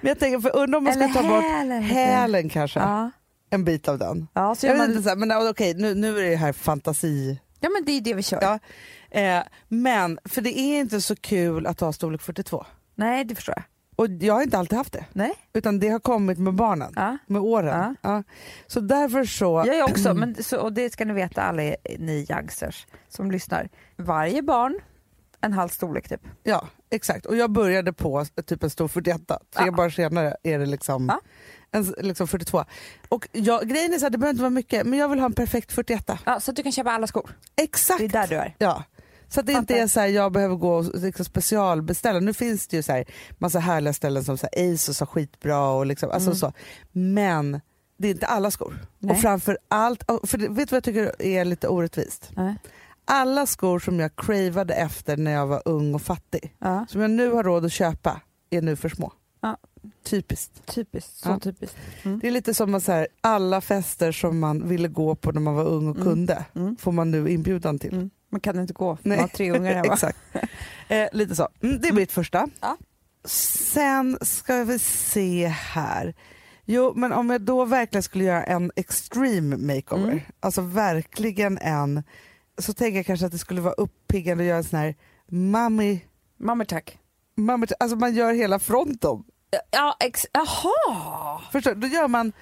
S1: Men jag tänker, för undrar om man ska ta bort
S2: hälen. lite.
S1: hälen kanske,
S2: Ja.
S1: en bit av den.
S2: Ja, så
S1: Jag
S2: gör
S1: vet
S2: man,
S1: inte, så här, men ja, okej nu, nu är det här fantasi.
S2: ja, men det är ju det vi kör.
S1: Ja. Eh, men, för det är inte så kul att ha storlek 42.
S2: Nej, det förstår jag.
S1: Och jag har inte alltid haft det.
S2: Nej.
S1: Utan det har kommit med barnen,
S2: Ja.
S1: med åren. Ja. Så därför så...
S2: Jag är också, men, så, och det ska ni veta alla er- ni youngsters som lyssnar. Varje barn en halv storlek typ.
S1: Ja, exakt. Och jag började på typ en stor 41. Tre
S2: Ja.
S1: dagar senare är det liksom,
S2: Ja.
S1: en, liksom 42. Och jag, grejen är så här, det behöver inte vara mycket, men jag vill ha en perfekt 41.
S2: Ja, så att du kan köpa alla skor.
S1: Exakt!
S2: Det är där du är.
S1: Ja. Så att det inte
S2: Fattar.
S1: är så här, jag behöver gå och liksom specialbeställa. Nu finns det ju så här, massa härliga ställen som så här, Asos har skitbra och liksom, alltså
S2: Mm.
S1: så. Men det är inte alla skor.
S2: Nej.
S1: Och framför allt, och för det- vet du vad jag tycker är lite orättvist?
S2: Nej.
S1: Alla skor som jag cravade efter när jag var ung och fattig,
S2: Ja.
S1: som jag nu har råd att köpa är nu för små.
S2: Ja.
S1: Typiskt.
S2: Typiskt. Så
S1: Ja.
S2: typiskt.
S1: Det är lite som att så här, alla fester som man ville gå på när man var ung och
S2: Mm.
S1: kunde
S2: Mm.
S1: får man nu inbjudan till.
S2: Mm. Man kan inte gå, för
S1: Nej.
S2: man har tre ungar hemma.
S1: Exakt. Eh, lite så. Mm, det är mitt första.
S2: Ja.
S1: Sen ska vi se här. Jo, men om jag då verkligen skulle göra en extreme makeover,
S2: Mm.
S1: alltså verkligen en, så tänker jag kanske att det skulle vara uppiggande att göra en sån här mommy,
S2: Mamma tack.
S1: mommy alltså man gör hela fronten.
S2: Ja, ex- Jaha!
S1: Förstår du? Då gör man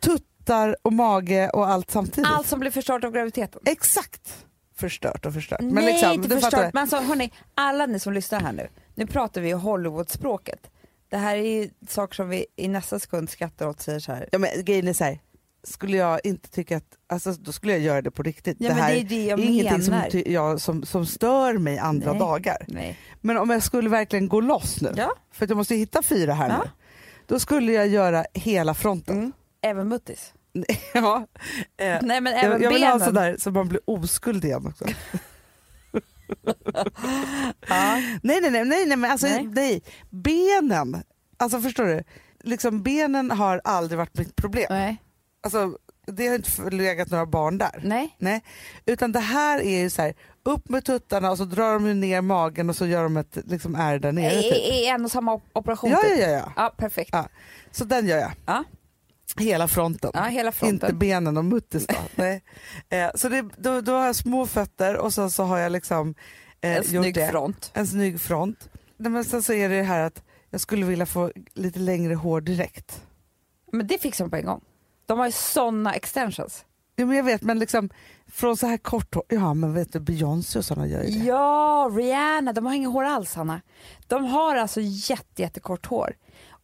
S1: tuttar och mage och allt samtidigt.
S2: Allt som blir förstört av graviditeten.
S1: Exakt! Förstört och förstört.
S2: Nej,
S1: liksom,
S2: inte
S1: du fattar.
S2: förstört. Men alltså, hörni, alla ni som lyssnar här nu, nu pratar vi ju Hollywoodspråket. Det här är ju saker som vi i nästa sekund skrattar åt och säger så här.
S1: Ja, men grejen är så här, skulle jag inte tycka att, alltså, då skulle jag göra det på riktigt.
S2: Ja,
S1: det
S2: men
S1: här
S2: det är ju det jag
S1: är ingenting som,
S2: menar.
S1: ty- jag, som, som stör mig andra
S2: Nej.
S1: dagar.
S2: Nej.
S1: Men om jag skulle verkligen gå loss nu,
S2: Ja.
S1: för att jag måste ju hitta fyra här
S2: Ja. Mm.
S1: nu, då skulle jag göra hela fronten.
S2: Även muttis.
S1: Ja. Eh,
S2: Nej men även
S1: jag, jag vill ha en sån
S2: benen.
S1: där så man blir oskuld igen också.
S2: Ja.
S1: Nej, nej, nej, nej, nej, men alltså, nej.
S2: Nej.
S1: benen, alltså förstår du? Liksom benen har aldrig varit mitt problem.
S2: Nej.
S1: Alltså, det har inte legat några barn där.
S2: Nej.
S1: Utan det här är ju så här, upp med tuttarna och så drar de ju ner magen och så gör de ett liksom är där nere.
S2: I,
S1: Typ.
S2: I en och samma op- operation
S1: Ja, ja,
S2: typ.
S1: ja, ja.
S2: Ja, perfekt.
S1: Ja. Så den gör jag.
S2: Ja.
S1: Hela fronten.
S2: Ja, hela fronten.
S1: Inte benen och muttis då. Nej. Eh, så det, då, då har jag små fötter och sen så har jag liksom eh,
S2: en
S1: gjort
S2: snygg
S1: det.
S2: front.
S1: En snygg front. Nej, men sen så är det det här att jag skulle vilja få lite längre hår direkt.
S2: Men det fixar de på en gång. De har ju sådana extensions.
S1: Ja, men jag vet, men liksom från så här kort hår. Ja, men vet du, Beyoncé och sådana gör ju det.
S2: Ja, Rihanna, de har inget hår alls Hanna. De har alltså jätte, jättekort hår.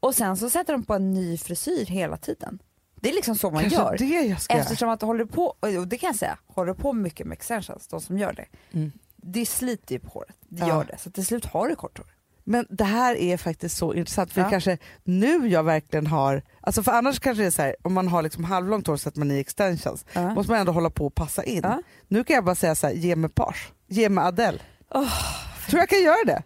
S2: Och sen så sätter de på en ny frisyr hela tiden. Det är liksom så man
S1: Kanske
S2: gör.
S1: det jag ska göra.
S2: Eftersom att håller på, och det kan jag säga, håller på mycket med extensions, de som gör det.
S1: Mm.
S2: Det sliter ju på håret, det
S1: Ja.
S2: gör det. Så till slut har du kort hår.
S1: Men det här är faktiskt så intressant, för det
S2: Ja.
S1: kanske nu jag verkligen har, alltså för annars kanske det är så här, om man har liksom halvlångt hår så att man är i extensions,
S2: Ja.
S1: måste man ändå hålla på och passa in.
S2: Ja.
S1: Nu kan jag bara säga så här, ge mig page, ge mig Adele. Tror jag kan göra det?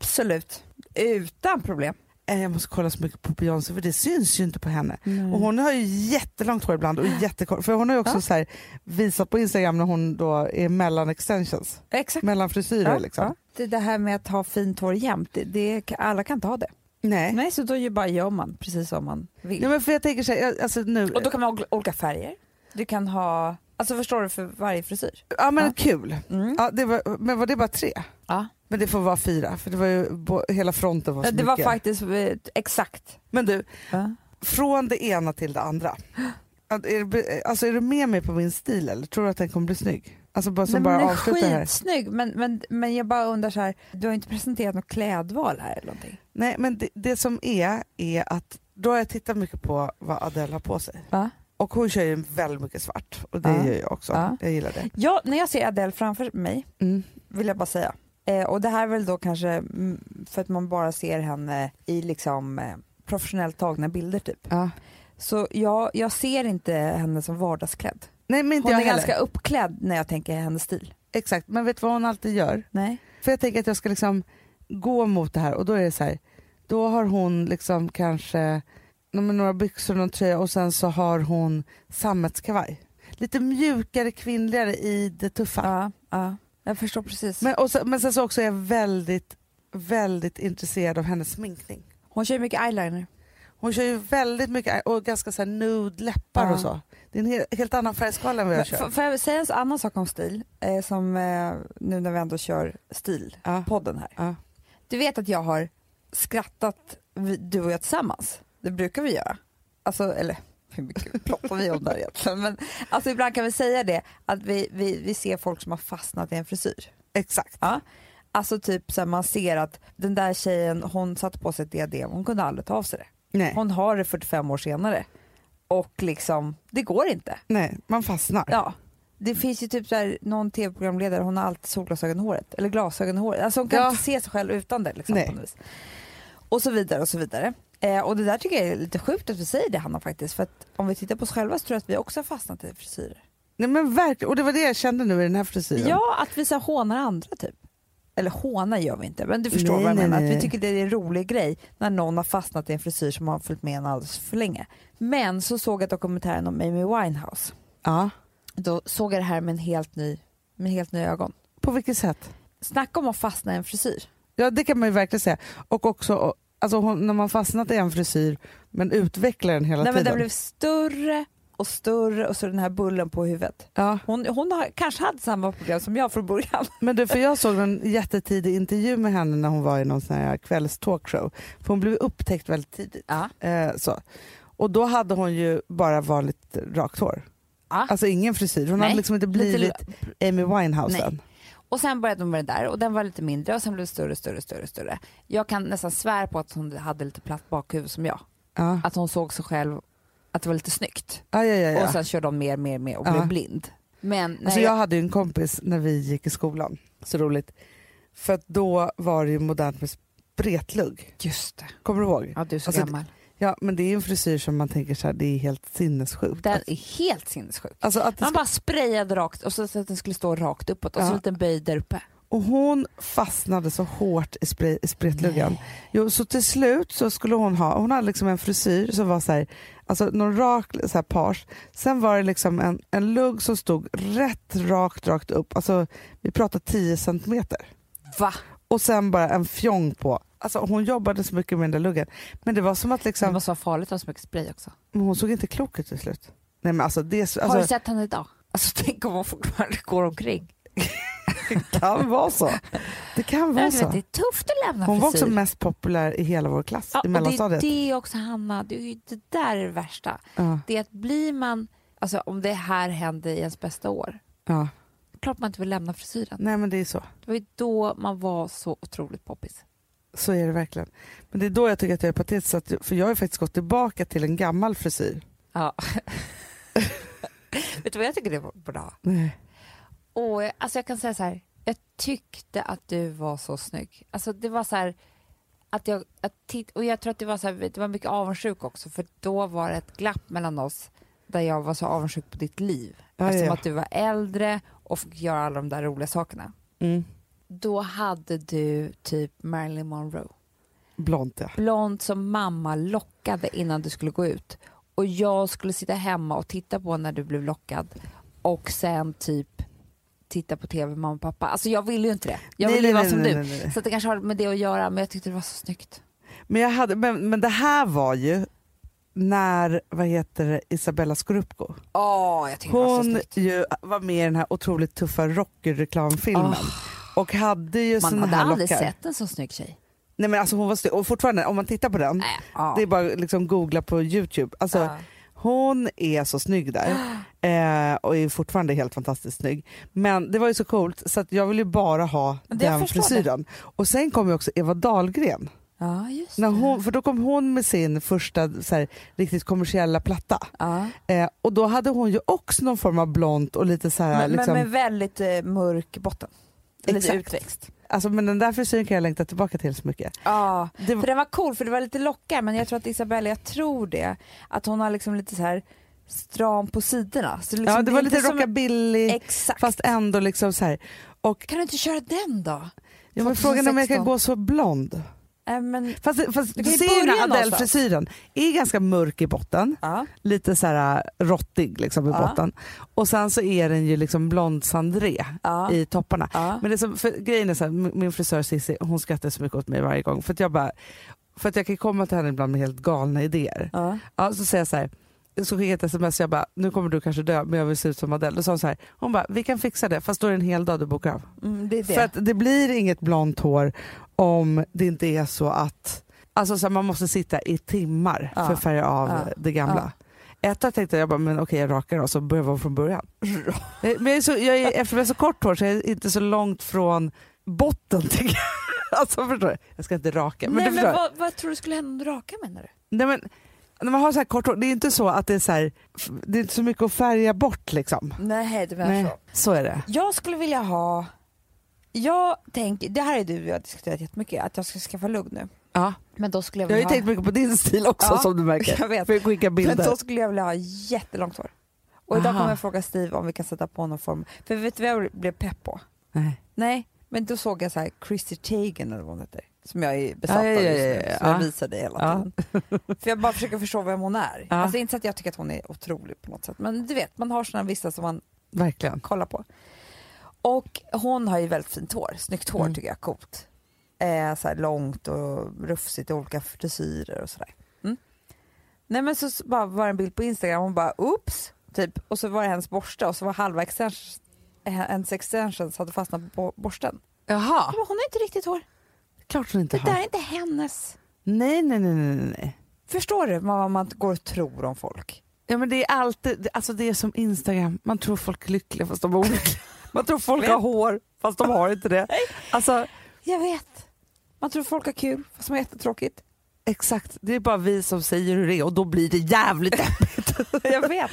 S2: Absolut, utan problem.
S1: Eh, Jag måste kolla så mycket på Beyoncé för det syns ju inte på henne. Och hon har ju jättelångt hår ibland och jättekort, för hon har ju också
S2: Ja.
S1: så här, visat på Instagram när hon då är mellan extensions,
S2: Exakt.
S1: mellan frisyrer liksom.
S2: Det, det här med att ha fint hår jämt, det, det, alla kan inte ha det.
S1: Nej.
S2: Nej, så då ju bara gör man precis som man vill.
S1: Ja, men för jag tänker så här, jag- alltså nu,
S2: Och då kan man ha olika färger. Du kan ha, alltså förstår du, för varje frisyr.
S1: ja men
S2: Ja.
S1: kul.
S2: Mm.
S1: Ja, det var, men var det bara tre?
S2: Ja.
S1: Men det får vara fyra, för det var ju bo- hela fronten var så
S2: Det var
S1: mycket.
S2: faktiskt eh, exakt.
S1: Men du,
S2: Ja.
S1: från det ena till det andra. Att Är, du be- alltså är du med mig på min stil eller tror du att den kommer bli snygg? Alltså bara, som
S2: Nej, men
S1: bara
S2: den är
S1: avslutar här.
S2: skitsnygg men, men, men jag bara undrar så här, du har inte presenterat något klädval här eller någonting?
S1: Nej men det, det som är, är att då har jag tittat mycket på vad Adele har på sig.
S2: Va?
S1: Och hon kör ju väldigt mycket svart och det
S2: Ja.
S1: gör jag också.
S2: Ja.
S1: Jag gillar det.
S2: Ja, när jag ser Adele framför mig
S1: Mm.
S2: vill jag bara säga, eh, och det här är väl då kanske mm, för att man bara ser henne i liksom eh, professionellt tagna bilder typ.
S1: Ja.
S2: Så jag, jag ser inte henne som vardagsklädd.
S1: Nej men inte
S2: Hon är
S1: jag heller.
S2: ganska uppklädd när jag tänker hennes stil.
S1: Exakt, men vet du vad hon alltid gör?
S2: Nej.
S1: För jag tänker att jag ska liksom gå mot det här och då är det så här, då har hon liksom kanske ja, men några byxor och någon tröja och sen så har hon sammetskavaj. Lite mjukare, kvinnligare i det tuffa.
S2: Ja, ja. Jag förstår precis.
S1: Men, och så, men sen så också är jag väldigt, väldigt intresserad av hennes sminkning.
S2: Hon kör ju mycket eyeliner.
S1: Hon kör ju väldigt mycket och ganska så här nude läppar
S2: Ja.
S1: och så. Det är en he- helt annan färgskala än vad
S2: Men
S1: jag kör.
S2: Får får jag säga en så- annan sak om stil? Eh, som eh, nu när vi ändå kör stilpodden
S1: Ja.
S2: här.
S1: Ja.
S2: Du vet att jag har skrattat, vi, du och jag tillsammans. Det brukar vi göra. Alltså, eller hur mycket pratar vi om det här egentligen? Men, alltså, ibland kan vi säga det, att vi, vi, vi ser folk som har fastnat i en frisyr.
S1: Exakt.
S2: Ja. Alltså typ så här, man ser att den där tjejen, hon satte på sig ett diadem, hon kunde aldrig ta av sig det.
S1: Nej.
S2: Hon har det 45 år senare. Och liksom, det går inte.
S1: Nej, man fastnar.
S2: Ja. Det finns ju typ så här, någon tv-programledare, hon har alltid solglasögon i håret. Eller glasögon i håret. Alltså hon kan
S1: Ja.
S2: inte se sig själv utan det. Liksom,
S1: Nej.
S2: på något vis. Och så vidare och så vidare. Eh, och det där tycker jag är lite sjukt att vi säger det Hanna faktiskt. För att om vi tittar på oss själva så tror jag att vi också har fastnat i frisyrer.
S1: Nej, men verkligen. Och det var det jag kände nu i den här frisyren.
S2: Ja, att vi så här, hånar andra typ. Eller hånar gör vi inte, men du förstår
S1: Nej,
S2: vad jag
S1: nej,
S2: menar.
S1: nej.
S2: Att vi tycker det är en rolig grej när någon har fastnat i en frisyr som har följt med en alldeles för länge. Men så såg jag dokumentären om Amy Winehouse.
S1: Ja.
S2: Då såg jag det här med en helt ny, med helt nya ögon.
S1: På vilket sätt?
S2: Snacka om att fastna i en frisyr.
S1: Ja det kan man ju verkligen säga. Och också alltså, hon, när man fastnat i en frisyr men utvecklar den hela
S2: Nej, men
S1: tiden.
S2: den blev större och större och så den här bullen på huvudet.
S1: ja.
S2: Hon, hon har, kanske hade samma problem som jag från början.
S1: men du, för jag såg en jättetidig intervju med henne när hon var i någon sån här kvällstalkshow. För hon blev upptäckt väldigt tidigt.
S2: Ja.
S1: Eh, så. Och då hade hon ju bara vanligt rakt hår.
S2: Ja.
S1: Alltså ingen frisyr. Hon
S2: Nej.
S1: hade liksom inte blivit Amy Winehouse
S2: Nej.
S1: än.
S2: Och sen började hon med det där och den var lite mindre och sen blev det större, större, större, större. Jag kan nästan svära på att hon hade lite platt bakhuvud som jag.
S1: Ja.
S2: Att hon såg sig själv, att det var lite snyggt.
S1: Ja, ja, ja, ja.
S2: Och sen körde hon mer, mer, mer och
S1: Ja.
S2: blev blind. Men nej,
S1: Alltså jag hade ju en kompis när vi gick i skolan, så roligt. För att då var det ju modernt med spretlugg.
S2: just det.
S1: Kommer du ihåg?
S2: Ja, du är så
S1: Alltså,
S2: gammal.
S1: Ja, men det är ju en frisyr som man tänker så här, det är helt sinnessjukt.
S2: Den är helt sinnessjuk.
S1: Alltså att det
S2: Man
S1: ska,
S2: bara sprayade rakt och så, så att den skulle stå rakt uppåt och så
S1: Ja.
S2: en liten böj där uppe.
S1: och hon fastnade så hårt i, spray, i spretluggan. Jo, så till slut så skulle hon ha, hon hade liksom en frisyr som var så här, alltså någon rak så här page. Sen var det liksom en, en lugg som stod rätt rakt, rakt upp. Alltså vi pratar 10 centimeter.
S2: Va?
S1: Och sen bara en fjong på. Alltså hon jobbade så mycket med den där luggen. Men det var som att
S2: Det
S1: liksom,
S2: måste vara farligt att ha så mycket spray också.
S1: men hon såg inte klok ut till slut. Nej men alltså det
S2: har du
S1: alltså,
S2: sett henne idag? Alltså tänk om hon fortfarande går omkring.
S1: kan vara så. Det kan
S2: Nej,
S1: vara
S2: du vet,
S1: så.
S2: det är tufft att lämna
S1: Hon var också
S2: frisyr.
S1: mest populär i hela vår klass i
S2: Ja, och det,
S1: mellanstadiet.
S2: är det är också Hanna, det, är ju, det där är det värsta.
S1: Ja,
S2: Det är att blir man, alltså om det här händer i ens bästa år,
S1: ja.
S2: klart man inte vill lämna frisyren.
S1: Nej men det är så.
S2: Det var ju då man var så otroligt poppis.
S1: Så är det verkligen. Men det är då jag tycker att jag är patetisk, så att- för jag har ju faktiskt gått tillbaka till en gammal frisyr.
S2: Ja. Vet du vad jag tycker det var bra?
S1: Nej.
S2: Och, eh, alltså jag kan säga så här, jag tyckte att du var så snygg. Alltså det var så här, att jag, att titt, och jag tror att det var, så här, det var mycket avundsjuk också, för då var det ett glapp mellan oss där jag var så avundsjuk på ditt liv.
S1: Ja,
S2: eftersom
S1: ja.
S2: att du var äldre och fick göra alla de där roliga sakerna.
S1: Mm.
S2: Då hade du typ Marilyn Monroe.
S1: Blont ja.
S2: Blond som mamma lockade innan du skulle gå ut. Och jag skulle sitta hemma och titta på när du blev lockad och sen typ titta på tv med mamma och pappa. Alltså jag ville ju inte det. Jag
S1: Nej,
S2: ville ju
S1: nej,
S2: vara som
S1: nej,
S2: du.
S1: nej, nej, nej.
S2: Så att det kanske har med det att göra men jag tyckte det var så snyggt.
S1: Men, jag hade, men, men det här var ju när, vad heter det, Isabella Scorupco.
S2: Åh, jag tyckte det var så
S1: Hon
S2: snyggt.
S1: ju var med i den här otroligt tuffa Rocky-reklamfilmen och hade ju
S2: Ah. Man
S1: såna
S2: hade
S1: här
S2: aldrig
S1: lockar.
S2: sett en så snygg tjej.
S1: Nej men alltså hon var snygg. och fortfarande om man tittar på den,
S2: Nej, ja.
S1: det är bara liksom googla på Youtube. Alltså,
S2: Ja.
S1: Hon är så snygg där eh, och är fortfarande helt fantastiskt snygg. Men det var ju så coolt så att jag vill ju bara ha
S2: Men det- jag
S1: den
S2: förstår det.
S1: frisyren. Och sen kom ju också Eva Dahlgren.
S2: ja, just det.
S1: När hon, för då kom hon med sin första så här, riktigt kommersiella platta.
S2: Ja.
S1: Eh, och då hade hon ju också någon form av blont och lite så här,
S2: Men,
S1: liksom,
S2: men med väldigt eh, mörk botten. Lite
S1: Exakt.
S2: utväxt.
S1: Alltså, men den där frisyren kan jag längta tillbaka till så mycket.
S2: Ja.
S1: Det,
S2: För den var cool, för det var lite lockar men jag tror att Isabella, jag tror det, att hon har liksom lite så här stram på sidorna. Så liksom,
S1: ja, det var
S2: är inte
S1: lite
S2: som-
S1: rockabilly
S2: Exakt.
S1: fast ändå liksom så här. Och
S2: Kan du inte köra den då?
S1: jag var frågan om jag kan
S2: 2016.
S1: gå så blond.
S2: Äh, men,
S1: Fast, fast
S2: Du
S1: du
S2: kan ju
S1: ser ju den
S2: börja
S1: här
S2: någonstans.
S1: Adele-frisyren, är ganska mörk i botten,
S2: ja.
S1: lite så här äh, rottig liksom i
S2: Ja.
S1: botten. Och sen så är den ju liksom blond sandré
S2: Ja.
S1: i topparna.
S2: Ja.
S1: Men det som, för grejen är så här, min min frisör Cissi, hon skrattar så mycket åt mig varje gång för att jag bara, för att jag kan komma till henne ibland med helt galna idéer.
S2: Ja.
S1: Ja, så säger jag så här, så skickar jag ett sms jag bara, nu kommer du kanske dö men jag vill se ut som Adele. Då sa hon så här, hon bara, vi kan fixa det fast då är det en hel dag du bokar av.
S2: Mm, det är det.
S1: För att det blir inget blont hår om det inte är så att alltså så här, man måste sitta i timmar
S2: Ja.
S1: för att färga av
S2: Ja.
S1: det gamla. Ett tag tänkte jag bara, men okej jag rakar och så börjar jag om från början. Eh, Men jag är så, jag är, eftersom jag har så kort hår så är jag inte så långt från botten tycker jag. Alltså förstår du? Jag ska inte raka. Men
S2: Nej,
S1: du
S2: men
S1: förstår.
S2: vad, vad tror du skulle hända om du rakar menar du?
S1: Nej, men, när man har så här kort hår, det är inte så att det är så här, f- det är inte så mycket att färga bort liksom.
S2: Nej, det
S1: Nej, så är det.
S2: Jag skulle vilja ha, jag tänker, det här är du och jag har diskuterat jättemycket, att jag ska skaffa lugg nu.
S1: Ja.
S2: Men då skulle jag
S1: Jag har ju
S2: vilja
S1: tänkt mycket på din stil också
S2: Ja.
S1: som du
S2: ha,
S1: märker.
S2: jag vet,
S1: För jag skickar bilder.
S2: Men då skulle jag vilja ha jättelångt hår. Och idag
S1: Aha.
S2: kommer jag fråga Steve om vi kan sätta på någon form, för vet du vad jag blev pepp på?
S1: Nej.
S2: Nej, men då såg jag så här Chrissy Teigen eller vad hon heter, som jag är besatt
S1: Ja, ja,
S2: av
S1: ja,
S2: just
S1: ja,
S2: nu,
S1: ja.
S2: som jag
S1: Ja.
S2: visar dig hela
S1: Ja.
S2: tiden. för jag bara försöker förstå vem hon är.
S1: Ja.
S2: Alltså inte så att jag tycker att hon är otrolig på något sätt, men du vet, man har sådana vissa som man
S1: Verkligen.
S2: kollar på. Och hon har ju väldigt fint hår, snyggt hår
S1: Mm.
S2: tycker jag, coolt. Eh, så här långt och rufsigt och olika frisyrer och sådär. Mm. Nej men så s- bara var det en bild på Instagram och hon bara oops, typ. Och så var det hennes borste och så var halva extens- eh, hennes extensions hade fastnat på borsten.
S1: Jaha.
S2: Jag bara, hon har inte riktigt hår,
S1: Klart hon inte
S2: det där
S1: Ah. har.
S2: är inte hennes.
S1: Nej, nej, nej, nej, nej, nej.
S2: Förstår du vad man går och tror om folk?
S1: Ja, men det är alltid, det- alltså det är som Instagram, man tror folk är lyckliga fast de är olyckliga. Man tror folk har hår fast de har inte det. Alltså,
S2: Jag vet. Man tror folk har kul fast de har jättetråkigt.
S1: exakt, det är bara vi som säger hur det är och då blir det jävligt deppigt.
S2: Jag vet.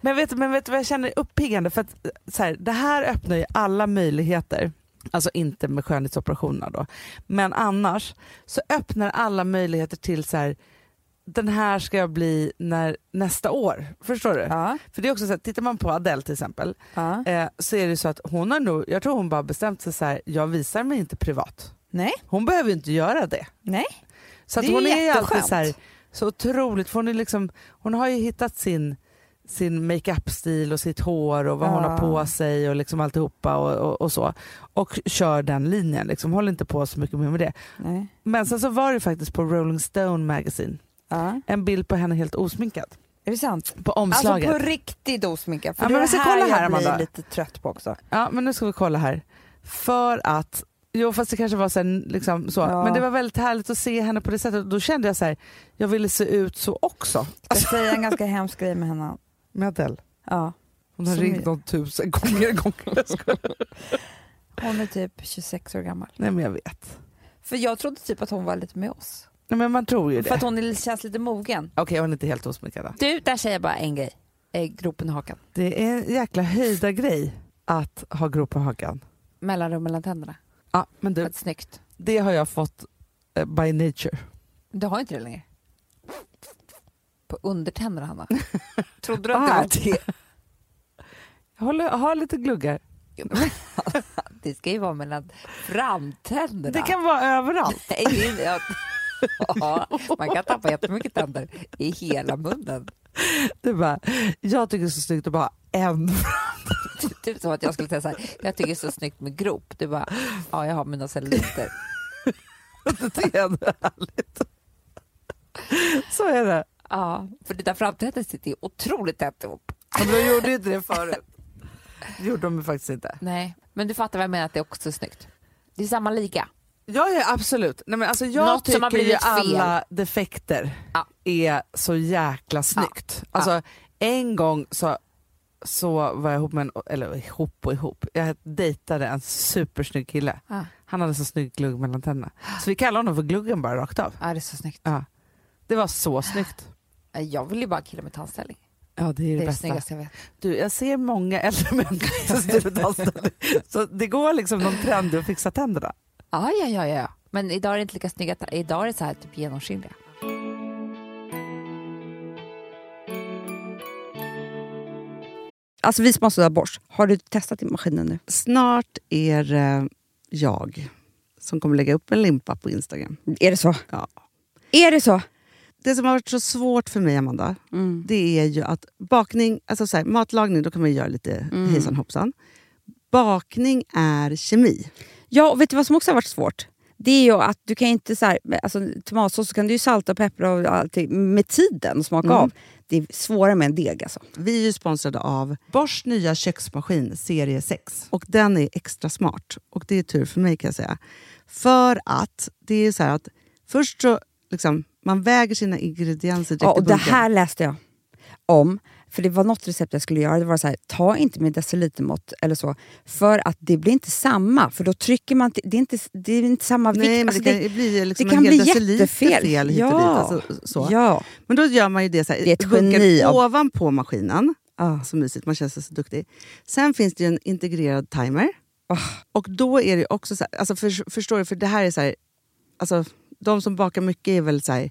S1: Men vet, du- men vet du vad jag känner är uppiggande? För att, eh, så här, det här öppnar ju alla möjligheter. Alltså inte med skönhetsoperationerna då. Men annars så öppnar alla möjligheter till så här, den här ska jag bli när, nästa år. Förstår du?
S2: Ja,
S1: För det är också så här, tittar man på Adele till exempel
S2: ja.
S1: eh, så är det så att hon har nog, jag tror hon bara bestämt sig så här, jag visar mig inte privat.
S2: Nej.
S1: Hon behöver ju inte göra det.
S2: Nej.
S1: Så att
S2: Det är
S1: hon
S2: ju
S1: är ju alltid
S2: jätteskönt.
S1: så här, så otroligt, för hon, är liksom, hon har ju hittat sin, sin makeup-stil och sitt hår och vad hon
S2: Ja.
S1: har på sig och liksom alltihopa och, och, och så. Och kör den linjen, liksom, håller inte på så mycket mer med det.
S2: Nej.
S1: Men sen så var det faktiskt på Rolling Stone Magazine,
S2: Ja.
S1: en bild på henne helt osminkad.
S2: Är det sant?
S1: På omslaget.
S2: Alltså på riktigt osminkad. För
S1: Ja,
S2: det
S1: men
S2: är
S1: vi ska
S2: det här
S1: kolla här,
S2: jag blir
S1: Amanda.
S2: lite trött på också.
S1: Ja, men nu ska vi kolla här. För att, jo fast det kanske var sen liksom så,
S2: Ja.
S1: men det var väldigt härligt att se henne på det sättet. Då kände jag så här, jag ville se ut så också.
S2: Jag
S6: Alltså.
S2: ska säga en ganska hemsk grej med henne.
S1: Med Adele.
S2: Ja.
S1: Hon har
S2: Som
S1: ringt
S2: är-
S1: någon tusen gånger. gånger. Jag skojar.
S2: Hon är typ 26 år gammal.
S1: Nej men jag vet.
S2: För jag trodde typ att hon var lite med oss.
S1: Nej, men man tror ju det.
S6: För att hon är- känns lite mogen.
S1: Okej, hon är inte helt osminkad. då.
S6: Du, där säger jag bara en grej. Eh, gropen i hakan.
S1: Det är en jäkla höjda grej att ha grop på hakan.
S6: Mellanrum mellan tänderna.
S1: Ja, men du,
S6: Ett snyggt.
S1: det har jag fått eh, by nature.
S6: Du har inte det längre. På undertänderna, Hanna. Trodde du
S1: Ah.
S6: att det var det?
S1: Jag håller, har lite gluggar.
S6: Det ska ju vara mellan framtänderna.
S1: Det kan vara överallt.
S6: Nej, det är- ja. Ja, man kan tappa jättemycket tänder i hela munnen.
S1: Du bara, jag tycker det är så snyggt att bara ha en.
S6: Typ som att jag skulle säga så här, jag tycker det är så snyggt med grop. Du bara, ja jag har mina celluliter.
S1: Det är ändå härligt. Så är det.
S6: Ja, för dina framtänder sitter ju otroligt tätt ihop.
S1: Men de gjorde ju inte det förut. Det gjorde de ju faktiskt inte.
S6: Nej, men du fattar vad jag menar att det är också snyggt. Det är samma liga.
S1: Ja, ja absolut. Nej, men alltså, jag
S6: Något
S1: tycker
S6: som har
S1: ju
S6: blivit fel.
S1: alla defekter
S6: Ja.
S1: är så jäkla snyggt. Alltså, En gång så, så var jag ihop med en, eller ihop och ihop, jag dejtade en supersnygg kille.
S6: Ja.
S1: Han hade så snygg glugg mellan tänderna. Så vi kallade honom för gluggen bara rakt av.
S6: Ja, det är så snyggt.
S1: Ja. Det var så snyggt.
S6: Jag vill ju bara killa med tandställning.
S1: Ja, det är det,
S6: Det är det
S1: bästa.
S6: snyggaste jag vet.
S1: Du, jag ser många äldre människor som styr ett avställning. Så det går liksom någon trend att fixa tänderna.
S6: Ja, ja, ja, ja. Men idag är det inte lika snygga. ta- Idag är det så här typ genomskinliga.
S2: Alltså vi som har sådär borst, har du testat i maskinen nu?
S4: Snart är det jag som kommer lägga upp en limpa på Instagram.
S2: Är det så?
S4: Ja.
S2: Är det så?
S4: Det som har varit så svårt för mig, Amanda,
S2: Mm.
S4: det är ju att bakning... Alltså så här, matlagning, då kan man ju göra lite
S2: Mm.
S4: hejsan hoppsan. Bakning är kemi.
S2: Ja, och vet du vad som också har varit svårt? Det är ju att du kan ju inte så här, alltså, tomatsås så kan du ju salta och peppra och allting med tiden och smaka av. Det är svårare med en deg alltså.
S4: Vi är ju sponsrade av Bors nya köksmaskin serie 6. Och den är extra smart. Och det är tur för mig kan jag säga. För att det är så här att först så liksom, man väger sina ingredienser direkt
S2: Ja, och
S4: i
S2: det
S4: bunken.
S2: här läste jag om. För det var något recept jag skulle göra. Det var så här, ta inte med decilitermått eller så. För att det blir inte samma. För då trycker man... till- Det är inte, det är inte samma vikt.
S4: Nej, men
S2: Alltså,
S4: det kan ju bli liksom
S2: det kan
S4: en hel
S2: bli
S4: deciliter
S2: jättefel.
S4: fel hit och dit.
S2: Ja.
S4: Alltså, så.
S2: Ja.
S4: Men då gör man ju det så här,
S2: Det är ett
S4: i bunkern
S2: geni av-
S4: ovanpå maskinen.
S2: Ah.
S4: Så mysigt, man känns så duktig. Sen finns det ju en integrerad timer.
S2: Ah.
S4: Och då är det ju också så här, alltså för, förstår du, för det här är så här, alltså de som bakar mycket är väl så här,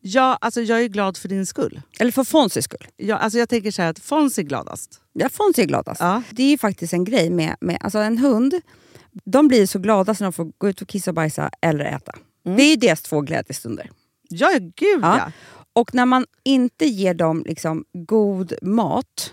S4: Ja, alltså jag är glad för din skull.
S2: Eller för Fonzys skull.
S4: Ja, alltså jag tänker så här att Fons är gladast.
S2: Ja, Fonzie är gladast.
S4: Ja.
S2: Det är ju faktiskt en grej med, med alltså en hund. De blir så glada när de får gå ut och kissa och bajsa eller äta.
S4: Mm.
S2: Det är ju deras två glädjestunder.
S4: Ja, gud
S2: Ja.
S4: ja.
S2: Och när man inte ger dem liksom god mat,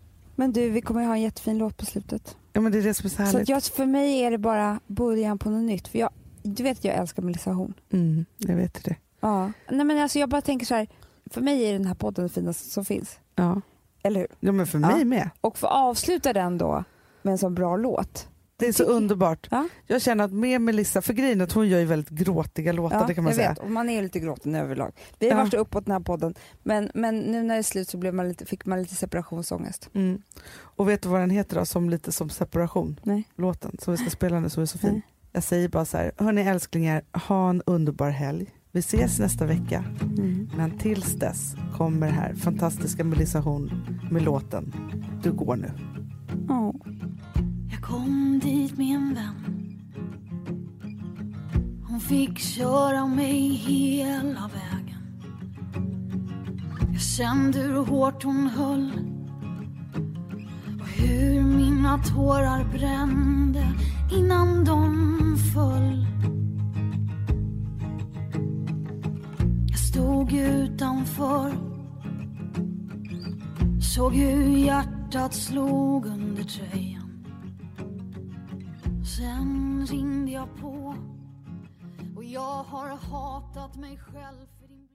S7: Men du, vi kommer ju ha en jättefin låt på slutet.
S1: Ja, men det är det som är så
S7: Så
S1: härligt.
S7: att jag, för mig är det bara början på något nytt. För jag, du vet att jag älskar Melissa Horn.
S1: Mm, jag vet det.
S7: Ja. Nej, men alltså, jag bara tänker så här. För mig är den här podden den finaste som finns.
S1: Ja.
S7: Eller hur?
S1: ja, men för
S7: Ja.
S1: mig med.
S7: Och få avsluta den då med en sån bra låt.
S1: Det är så underbart.
S7: Ja.
S1: Jag känner att med Melissa, för grejen är att hon gör ju väldigt gråtiga låtar, det kan man
S7: jag
S1: säga.
S7: vet. Och man är lite gråten överlag. Vi har
S1: Ja.
S7: varit uppåt den här podden. Men, men nu när det är slut så blev man lite, fick man lite separationsångest.
S1: Mm. Och vet du vad den heter då, som lite som separation?
S7: Nej.
S1: Låten som vi ska spela nu som är så fin.
S7: Nej.
S1: Jag säger bara så här, hörni älsklingar, ha en underbar helg. Vi ses nästa vecka. Men tills dess kommer här fantastiska Melissa Horn med låten Du går nu.
S7: Ja.
S8: Jag kom dit med en vän Hon fick köra mig hela vägen Jag kände hur hårt hon höll och hur mina tårar brände innan de föll Jag stod utanför Såg hur hjärtat slog under tröjan Sen ringde jag på och jag har hatat mig själv för din...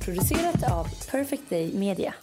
S9: Producerat av Perfect Day Media.